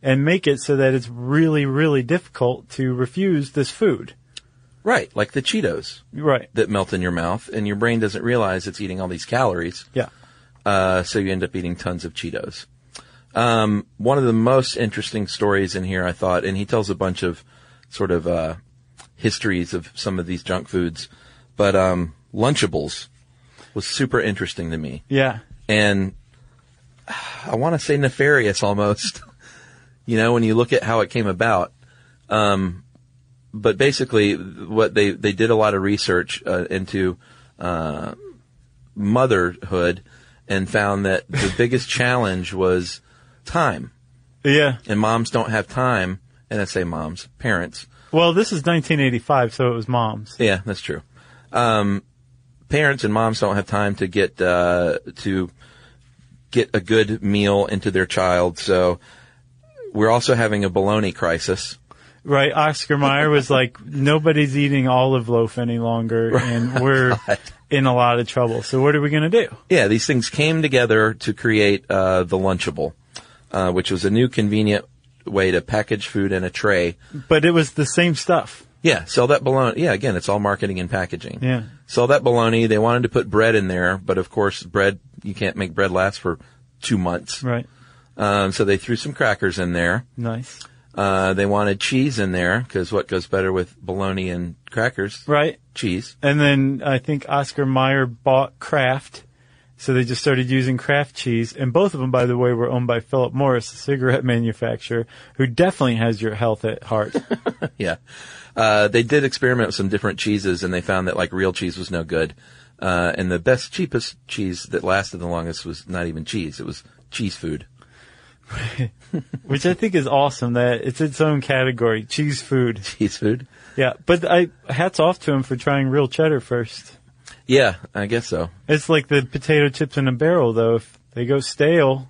Speaker 4: and make it so that it's really, really difficult to refuse this food.
Speaker 1: Right. Like the Cheetos.
Speaker 4: Right.
Speaker 1: that melt in your mouth, and your brain doesn't realize it's eating all these calories.
Speaker 4: Yeah.
Speaker 1: Uh, so you end up eating tons of Cheetos. Um, one of the most interesting stories in here, I thought, and he tells a bunch of sort of uh, histories of some of these junk foods, but um, Lunchables was super interesting to me,
Speaker 4: Yeah.
Speaker 1: and I want to say nefarious almost. you know, when you look at how it came about. Um, but basically, what they they did a lot of research uh, into uh, motherhood and found that the biggest challenge was time,
Speaker 4: Yeah.
Speaker 1: and moms don't have time. And I say moms, parents.
Speaker 4: Well, this is 1985, so it was moms.
Speaker 1: Yeah, that's true. Um, parents and moms don't have time to get uh, to get a good meal into their child, so we're also having a bologna crisis.
Speaker 4: Right. Oscar Mayer was like, nobody's eating olive loaf any longer and we're in a lot of trouble. So what are we going to do?
Speaker 1: Yeah, these things came together to create uh, the Lunchable, uh, which was a new convenient way to package food in a tray.
Speaker 4: But it was the same stuff.
Speaker 1: Yeah, sell that bologna. Yeah, again, it's all marketing and packaging.
Speaker 4: Yeah.
Speaker 1: Sell that bologna. They wanted to put bread in there, but of course, bread, you can't make bread last for two months.
Speaker 4: Right.
Speaker 1: Um, so they threw some crackers in there.
Speaker 4: Nice.
Speaker 1: Uh, they wanted cheese in there, because what goes better with bologna and crackers?
Speaker 4: Right.
Speaker 1: Cheese.
Speaker 4: And then I think Oscar Mayer bought Kraft. So they just started using Kraft cheese. And both of them, by the way, were owned by Philip Morris, a cigarette manufacturer who definitely has your health at heart.
Speaker 1: Yeah. Uh, they did experiment with some different cheeses and they found that like real cheese was no good. Uh, and the best, cheapest cheese that lasted the longest was not even cheese. It was cheese food.
Speaker 4: which I think is awesome that it's its own category, cheese food.
Speaker 1: Cheese food?
Speaker 4: Yeah, but I hats off to him for trying real cheddar first.
Speaker 1: Yeah, I guess so.
Speaker 4: It's like the potato chips in a barrel, though. If they go stale,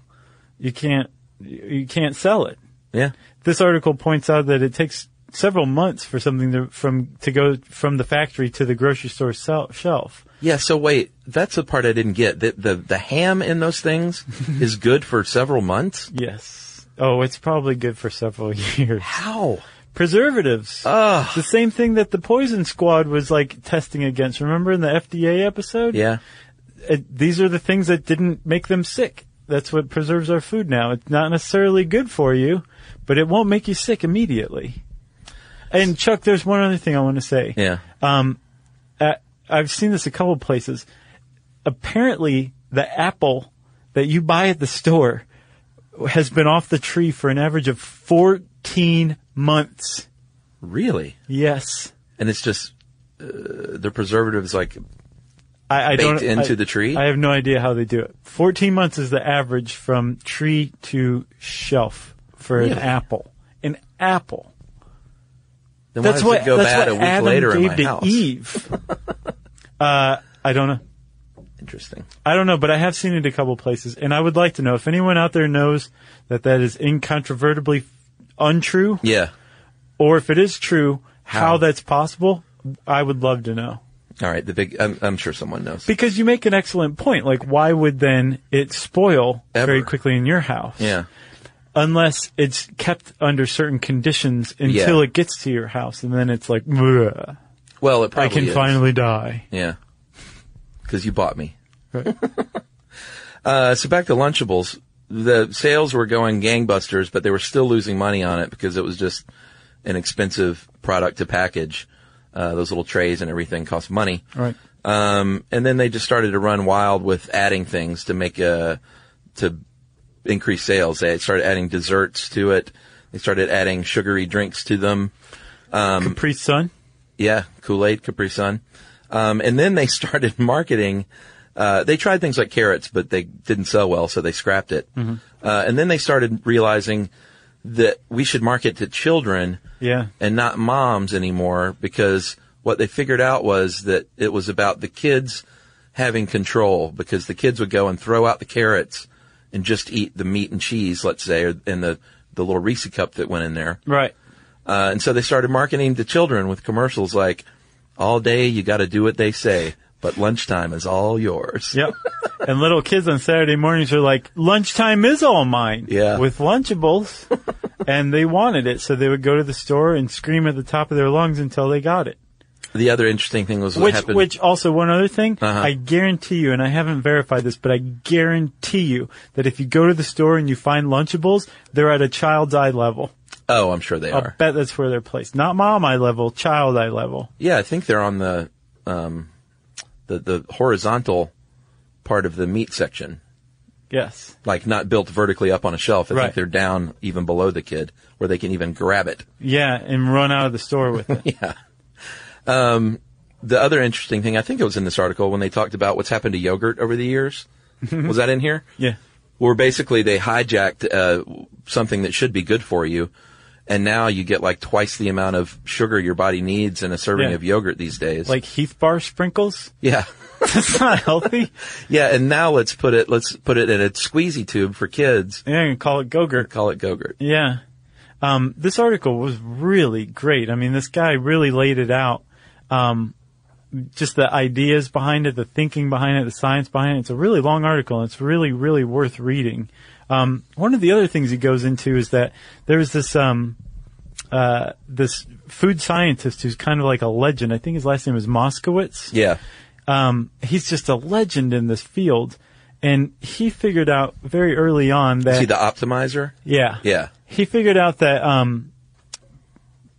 Speaker 4: you can't you can't sell it.
Speaker 1: Yeah.
Speaker 4: This article points out that it takes several months for something to from to go from the factory to the grocery store sel- shelf.
Speaker 1: Yeah, so wait, that's the part I didn't get. The, the, the ham in those things is good for several months?
Speaker 4: Yes. Oh, it's probably good for several years
Speaker 1: How?
Speaker 4: Preservatives.
Speaker 1: Ugh.
Speaker 4: The same thing that the poison squad was like testing against. Remember in the FDA episode?
Speaker 1: Yeah.
Speaker 4: Uh, these are the things that didn't make them sick. That's what preserves our food now. It's not necessarily good for you, but it won't make you sick immediately. And Chuck, there's one other thing I want to say.
Speaker 1: Yeah.
Speaker 4: Uh, I've seen this a couple places. Apparently, the apple that you buy at the store has been off the tree for an average of 14 months.
Speaker 1: Really?
Speaker 4: Yes.
Speaker 1: And it's just uh, the preservatives like
Speaker 4: I, I
Speaker 1: baked
Speaker 4: don't,
Speaker 1: into
Speaker 4: I-
Speaker 1: the tree?
Speaker 4: I have no idea how they do it. 14 months is the average from tree to shelf for an
Speaker 1: Really?
Speaker 4: apple. An apple.
Speaker 1: then
Speaker 4: That's
Speaker 1: why does
Speaker 4: what,
Speaker 1: it go
Speaker 4: that's
Speaker 1: bad
Speaker 4: what
Speaker 1: a week
Speaker 4: Adam
Speaker 1: later in
Speaker 4: gave
Speaker 1: my
Speaker 4: to
Speaker 1: house?
Speaker 4: Eve. uh, I don't know.
Speaker 1: Interesting.
Speaker 4: I don't know, but I have seen it a couple places, and I would like to know if anyone out there knows that that is incontrovertibly untrue,
Speaker 1: Yeah.
Speaker 4: or if it is true, how,
Speaker 1: How?
Speaker 4: that's possible. I would love to know
Speaker 1: All right. The big. I'm, I'm sure someone knows.
Speaker 4: because you make an excellent point. Like, why would then it spoil
Speaker 1: Ever.
Speaker 4: very quickly in your house?
Speaker 1: yeah.
Speaker 4: unless it's kept under certain conditions until
Speaker 1: Yeah.
Speaker 4: it gets to your house, and then it's like, "Bleh,
Speaker 1: Well, it probably
Speaker 4: I can
Speaker 1: is.
Speaker 4: finally die.
Speaker 1: Yeah. Because you bought me.
Speaker 4: Right.
Speaker 1: uh, so back to Lunchables. The sales were going gangbusters, but they were still losing money on it because it was just an expensive product to package. Uh, those little trays and everything cost money.
Speaker 4: Right.
Speaker 1: Um, and then they just started to run wild with adding things to make a, to increase sales. They started adding desserts to it. They started adding sugary drinks to them.
Speaker 4: Capri Sun.
Speaker 1: Yeah, Kool Aid, Capri Sun, um, and then they started marketing. Uh, they tried things like carrots, but they didn't sell well, so they scrapped it. Uh, and then they started realizing that we should market to children
Speaker 4: Yeah.
Speaker 1: and not moms anymore because what they figured out was that it was about the kids having control because the kids would go and throw out the carrots and just eat the meat and cheese, let's say, or, and the, the little Reese cup that went in there.
Speaker 4: Right.
Speaker 1: Uh, and so they started marketing to children with commercials like, all day you gotta do what they say, but lunchtime is all yours.
Speaker 4: Yep. and little kids on Saturday mornings are like, lunchtime is all mine.
Speaker 1: Yeah.
Speaker 4: With Lunchables. and they wanted it, so they would go to the store and scream at the top of their lungs until they got it.
Speaker 1: The other interesting thing was what
Speaker 4: Which,
Speaker 1: happened.
Speaker 4: which also one other thing,
Speaker 1: Uh-huh.
Speaker 4: I guarantee you, and I haven't verified this, but I guarantee you that if you go to the store and you find Lunchables, they're at a child's eye level.
Speaker 1: oh, I'm sure they
Speaker 4: I'll
Speaker 1: are.
Speaker 4: bet that's where they're placed. Not mom eye level, child eye level.
Speaker 1: Yeah, I think they're on the, um, the, the horizontal part of the meat section.
Speaker 4: Yes.
Speaker 1: Like not built vertically up on a shelf. I think
Speaker 4: Right.
Speaker 1: they're down even below the kid where they can even grab it.
Speaker 4: Yeah, and run out of the store with it.
Speaker 1: Yeah. Um, the other interesting thing, I think it was in this article when they talked about what's happened to yogurt over the years.
Speaker 4: Mm-hmm.
Speaker 1: was that in here?
Speaker 4: yeah.
Speaker 1: where basically they hijacked uh, something that should be good for you, and now you get like twice the amount of sugar your body needs in a serving
Speaker 4: Yeah.
Speaker 1: of yogurt these days.
Speaker 4: Like Heath Bar sprinkles?
Speaker 1: yeah,
Speaker 4: That's not healthy.
Speaker 1: yeah, and now let's put it let's put it in a squeezy tube for kids.
Speaker 4: Yeah, you can call it Gogurt.
Speaker 1: Call it Gogurt.
Speaker 4: Yeah. Um, this article was really great. I mean, this guy really laid it out. Um, just the ideas behind it, the thinking behind it, the science behind it. It's a really long article and it's really, really worth reading. Um, one of the other things he goes into is that there was this, um, uh, this food scientist who's kind of like a legend. I think his last name is Moskowitz
Speaker 1: Yeah,
Speaker 4: um, he's just a legend in this field. And he figured out very early on that,
Speaker 1: see the optimizer.
Speaker 4: yeah,
Speaker 1: Yeah.
Speaker 4: he figured out that, um,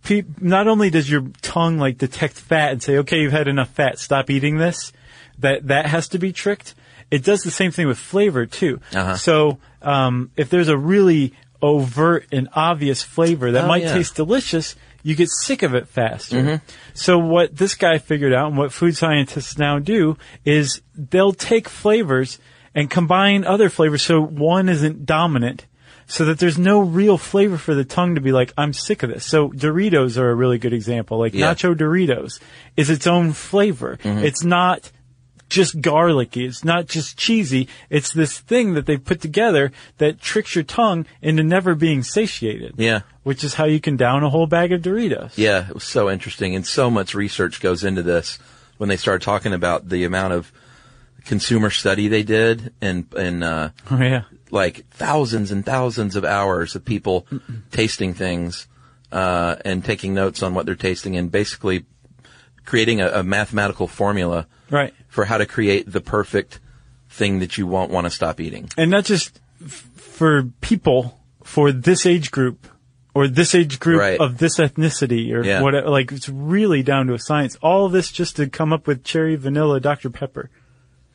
Speaker 4: pe- not only does your tongue like detect fat and say, okay, you've had enough fat, stop eating this, that, that has to be tricked. It does the same thing with flavor too.
Speaker 1: Uh-huh.
Speaker 4: So, um, if there's a really overt and obvious flavor that
Speaker 1: Oh,
Speaker 4: might
Speaker 1: yeah.
Speaker 4: taste delicious, you get sick of it faster.
Speaker 1: Mm-hmm.
Speaker 4: So what this guy figured out and what food scientists now do is they'll take flavors and combine other flavors so one isn't dominant so that there's no real flavor for the tongue to be like, I'm sick of this. So Doritos are a really good example. Like
Speaker 1: Yeah. Mm-hmm.
Speaker 4: nacho Doritos is its own flavor. It's not just garlicky. It's not just cheesy. It's this thing that they put together that tricks your tongue into never being satiated.
Speaker 1: Yeah.
Speaker 4: Which is how you can down a whole bag of Doritos.
Speaker 1: Yeah, it was so interesting, and so much research goes into this when they start talking about the amount of consumer study they did and and uh,
Speaker 4: Oh, yeah.
Speaker 1: like thousands and thousands of hours of people tasting things uh, and taking notes on what they're tasting and basically creating a, a mathematical formula
Speaker 4: Right.
Speaker 1: for how to create the perfect thing that you won't want to stop eating.
Speaker 4: and not just f- for people for this age group or this age group
Speaker 1: Right.
Speaker 4: of this ethnicity or
Speaker 1: Yeah.
Speaker 4: whatever. Like it's really down to a science. All this just to come up with cherry, vanilla, Dr. Pepper.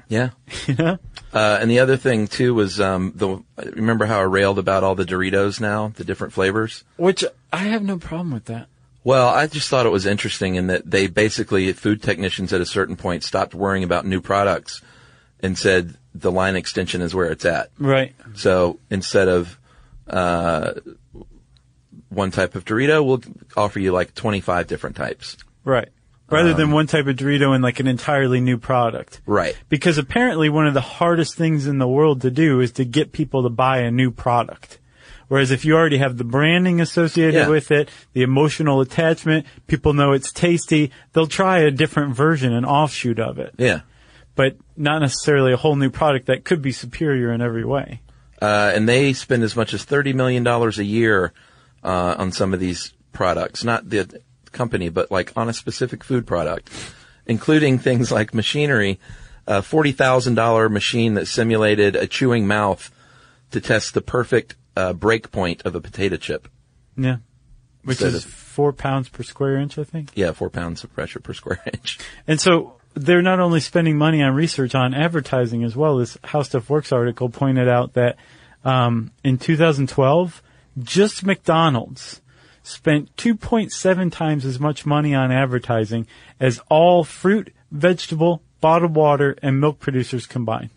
Speaker 1: Yeah.
Speaker 4: You know?
Speaker 1: Uh, and the other thing too was um, the remember how I railed about all the Doritos now, the different flavors.
Speaker 4: Which I have no problem with that.
Speaker 1: Well, I just thought it was interesting in that they basically food technicians at a certain point stopped worrying about new products and said the line extension is where it's at.
Speaker 4: Right.
Speaker 1: So instead of uh, one type of Dorito, we'll offer you like 25 different types.
Speaker 4: Right. Rather than one type of Dorito and like an entirely new product.
Speaker 1: Right.
Speaker 4: Because apparently one of the hardest things in the world to do is to get people to buy a new product. Whereas if you already have the branding associated
Speaker 1: Yeah.
Speaker 4: with it, the emotional attachment, people know it's tasty, they'll try a different version, an offshoot of it.
Speaker 1: Yeah.
Speaker 4: But not necessarily a whole new product that could be superior in every way.
Speaker 1: Uh, and they spend as much as $30 million a year uh, on some of these products, not the company, but like on a specific food product, including things like machinery, a $40,000 machine that simulated a chewing mouth to test the perfect uh, break point of a potato chip.
Speaker 4: Yeah. Which
Speaker 1: Instead
Speaker 4: is
Speaker 1: of-
Speaker 4: four pounds per square inch, I think.
Speaker 1: Yeah, four pounds of pressure per square inch.
Speaker 4: And so they're not only spending money on research on advertising as well. This How Stuff Works article pointed out that um, in 2012, just McDonald's spent 2.7 times as much money on advertising as all fruit, vegetable, bottled water, and milk producers combined.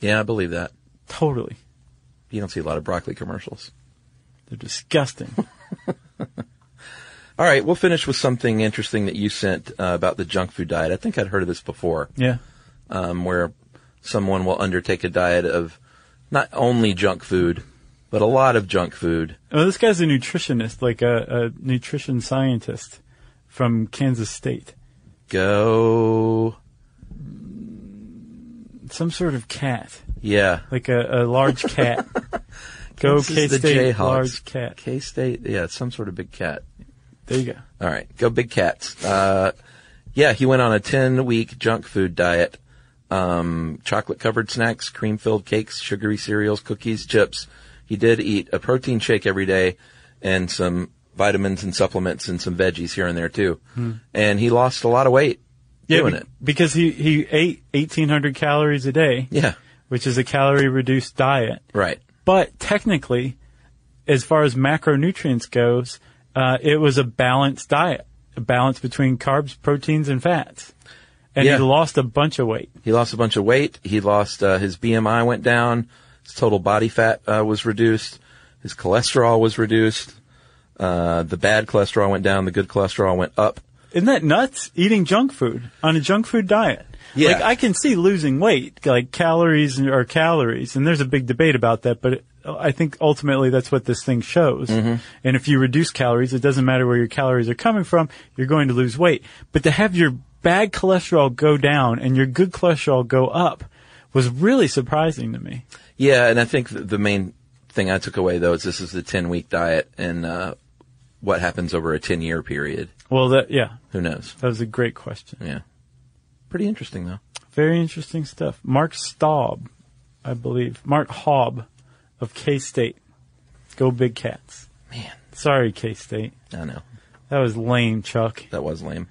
Speaker 1: Yeah, I believe that.
Speaker 4: Totally.
Speaker 1: You don't see a lot of broccoli commercials.
Speaker 4: They're disgusting.
Speaker 1: All right, we'll finish with something interesting that you sent uh, about the junk food diet. I think I'd heard of this before.
Speaker 4: yeah.
Speaker 1: um, where someone will undertake a diet of not only junk food, but a lot of junk food.
Speaker 4: Oh, this guy's a nutritionist, like a, a nutrition scientist from Kansas State.
Speaker 1: Go,
Speaker 4: Some sort of cat.
Speaker 1: yeah.
Speaker 4: like a, a large cat. Go
Speaker 1: This
Speaker 4: K
Speaker 1: is the
Speaker 4: State
Speaker 1: Jayhawks.
Speaker 4: large cat.
Speaker 1: K-State, yeah, it's some sort of big cat.
Speaker 4: There you go.
Speaker 1: All right, go big cats. Uh, yeah, he went on a 10 week junk food diet. Um, chocolate covered snacks, cream filled cakes, sugary cereals, cookies, chips. He did eat a protein shake every day and some vitamins and supplements and some veggies here and there too. And he lost a lot of weight doing
Speaker 4: be-
Speaker 1: it.
Speaker 4: because he he ate eighteen hundred calories a day,
Speaker 1: Yeah.
Speaker 4: which is a calorie reduced diet.
Speaker 1: Right.
Speaker 4: But technically, as far as macronutrients goes, uh, it was a balanced diet, a balance between carbs, proteins, and fats. And
Speaker 1: Yeah.
Speaker 4: he lost a bunch of weight.
Speaker 1: He lost a bunch of weight. He lost, uh, his BMI went down. His total body fat, uh, was reduced. His cholesterol was reduced. Uh, the bad cholesterol went down. The good cholesterol went up.
Speaker 4: Isn't that nuts? Eating junk food on a junk food diet.
Speaker 1: Yeah.
Speaker 4: Like I can see losing weight, like calories are calories, and there's a big debate about that, but it, I think ultimately that's what this thing shows. And if you reduce calories, it doesn't matter where your calories are coming from, you're going to lose weight. But to have your bad cholesterol go down and your good cholesterol go up was really surprising to me.
Speaker 1: Yeah, and I think th- the main thing I took away though is this is the 10 week diet and uh, what happens over a 10 year period.
Speaker 4: Well, that, yeah,
Speaker 1: Who knows?
Speaker 4: that was a great question.
Speaker 1: Yeah. Pretty interesting though.
Speaker 4: Very interesting stuff. Mark Staub, I believe. Mark Hobb of K State. Go Big Cats.
Speaker 1: Man,
Speaker 4: Sorry, K State.
Speaker 1: I know.
Speaker 4: That was lame, Chuck.
Speaker 1: That was lame.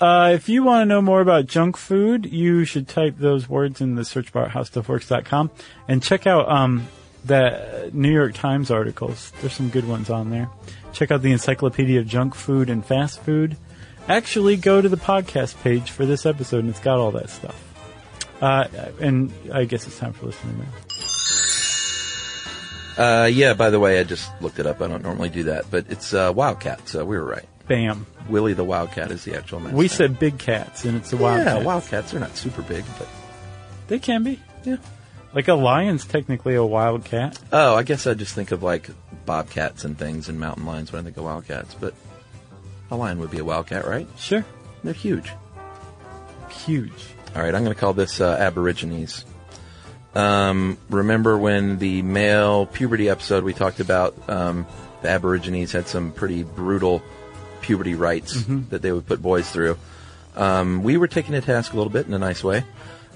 Speaker 4: Uh, if you want to know more about junk food, you should type those words in the search bar at howstuffworks.com and check out um, the New York Times articles. There's some good ones on there. Check out the Encyclopedia of Junk Food and Fast Food. Actually, go to the podcast page for this episode, and it's got all that stuff. Uh, and I guess it's time for listening now.
Speaker 1: Uh, yeah, by the way, I just looked it up. I don't normally do that, but it's uh, Wildcat, so we were right.
Speaker 4: Bam.
Speaker 1: Willie the Wildcat is the actual mascot.
Speaker 4: We said big cats, and it's a wild
Speaker 1: Yeah,
Speaker 4: cat.
Speaker 1: Wildcats are not super big, but
Speaker 4: They can be.
Speaker 1: yeah.
Speaker 4: Like a lion's technically a wild cat.
Speaker 1: Oh, I guess I just think of like bobcats and things and mountain lions when I think of wildcats, but a lion would be a wildcat, right?
Speaker 4: Sure.
Speaker 1: They're huge.
Speaker 4: Huge.
Speaker 1: All right, I'm going to call this uh, Aborigines. Um, remember when the male puberty episode we talked about um, the Aborigines had some pretty brutal puberty rites that they would put boys through. Um, we were taking a task a little bit in a nice way.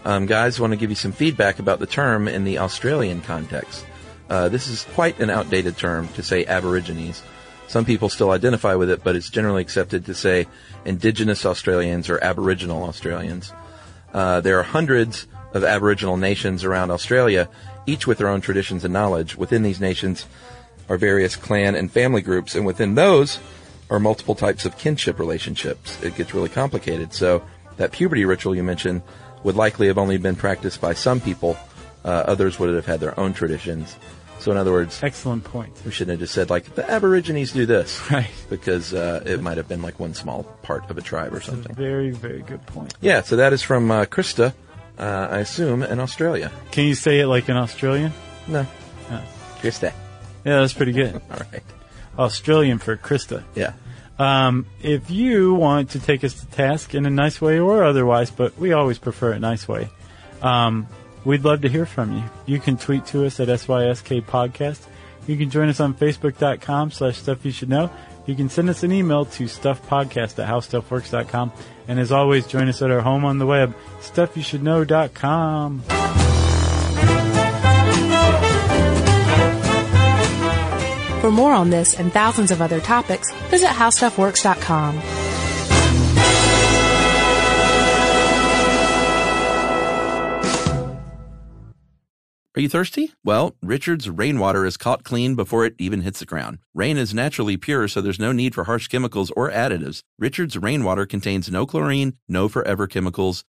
Speaker 1: Um, guys, want to give you some feedback about the term in the Australian context. Uh, this is quite an outdated term to say Aborigines. Some people still identify with it, but it's generally accepted to say Indigenous Australians or Aboriginal Australians. Uh, there are hundreds of Aboriginal nations around Australia, each with their own traditions and knowledge. Within these nations are various clan and family groups, and within those are multiple types of kinship relationships. It gets really complicated. So that puberty ritual you mentioned would likely have only been practiced by some people. Uh, others would have had their own traditions. So in other words,
Speaker 4: Excellent point.
Speaker 1: we shouldn't have just said like the Aborigines do this,
Speaker 4: Right.
Speaker 1: Because uh, it might have been like one small part of a tribe or
Speaker 4: That's a
Speaker 1: something.
Speaker 4: very, very good point.
Speaker 1: Yeah. So that is from uh, Krista, uh, I assume, in Australia.
Speaker 4: Can you say it like an Australian?
Speaker 1: No, Krista.
Speaker 4: Yeah, that's pretty good.
Speaker 1: All right.
Speaker 4: Australian for Krista.
Speaker 1: Yeah.
Speaker 4: Um, if you want to take us to task in a nice way or otherwise, but we always prefer a nice way, um, we'd love to hear from you. You can tweet to us at SYSK Podcast. You can join us on Facebook.com slash Stuff You Should Know. You can send us an email to stuffpodcast at howstuffworks.com. And as always, join us at our home on the web, stuffyoushouldknow.com.
Speaker 3: For more on this and thousands of other topics, visit howstuffworks.com.
Speaker 1: Are you thirsty? Well, Richard's rainwater is caught clean before it even hits the ground. Rain is naturally pure, so there's no need for harsh chemicals or additives. Richard's rainwater contains no chlorine, no forever chemicals,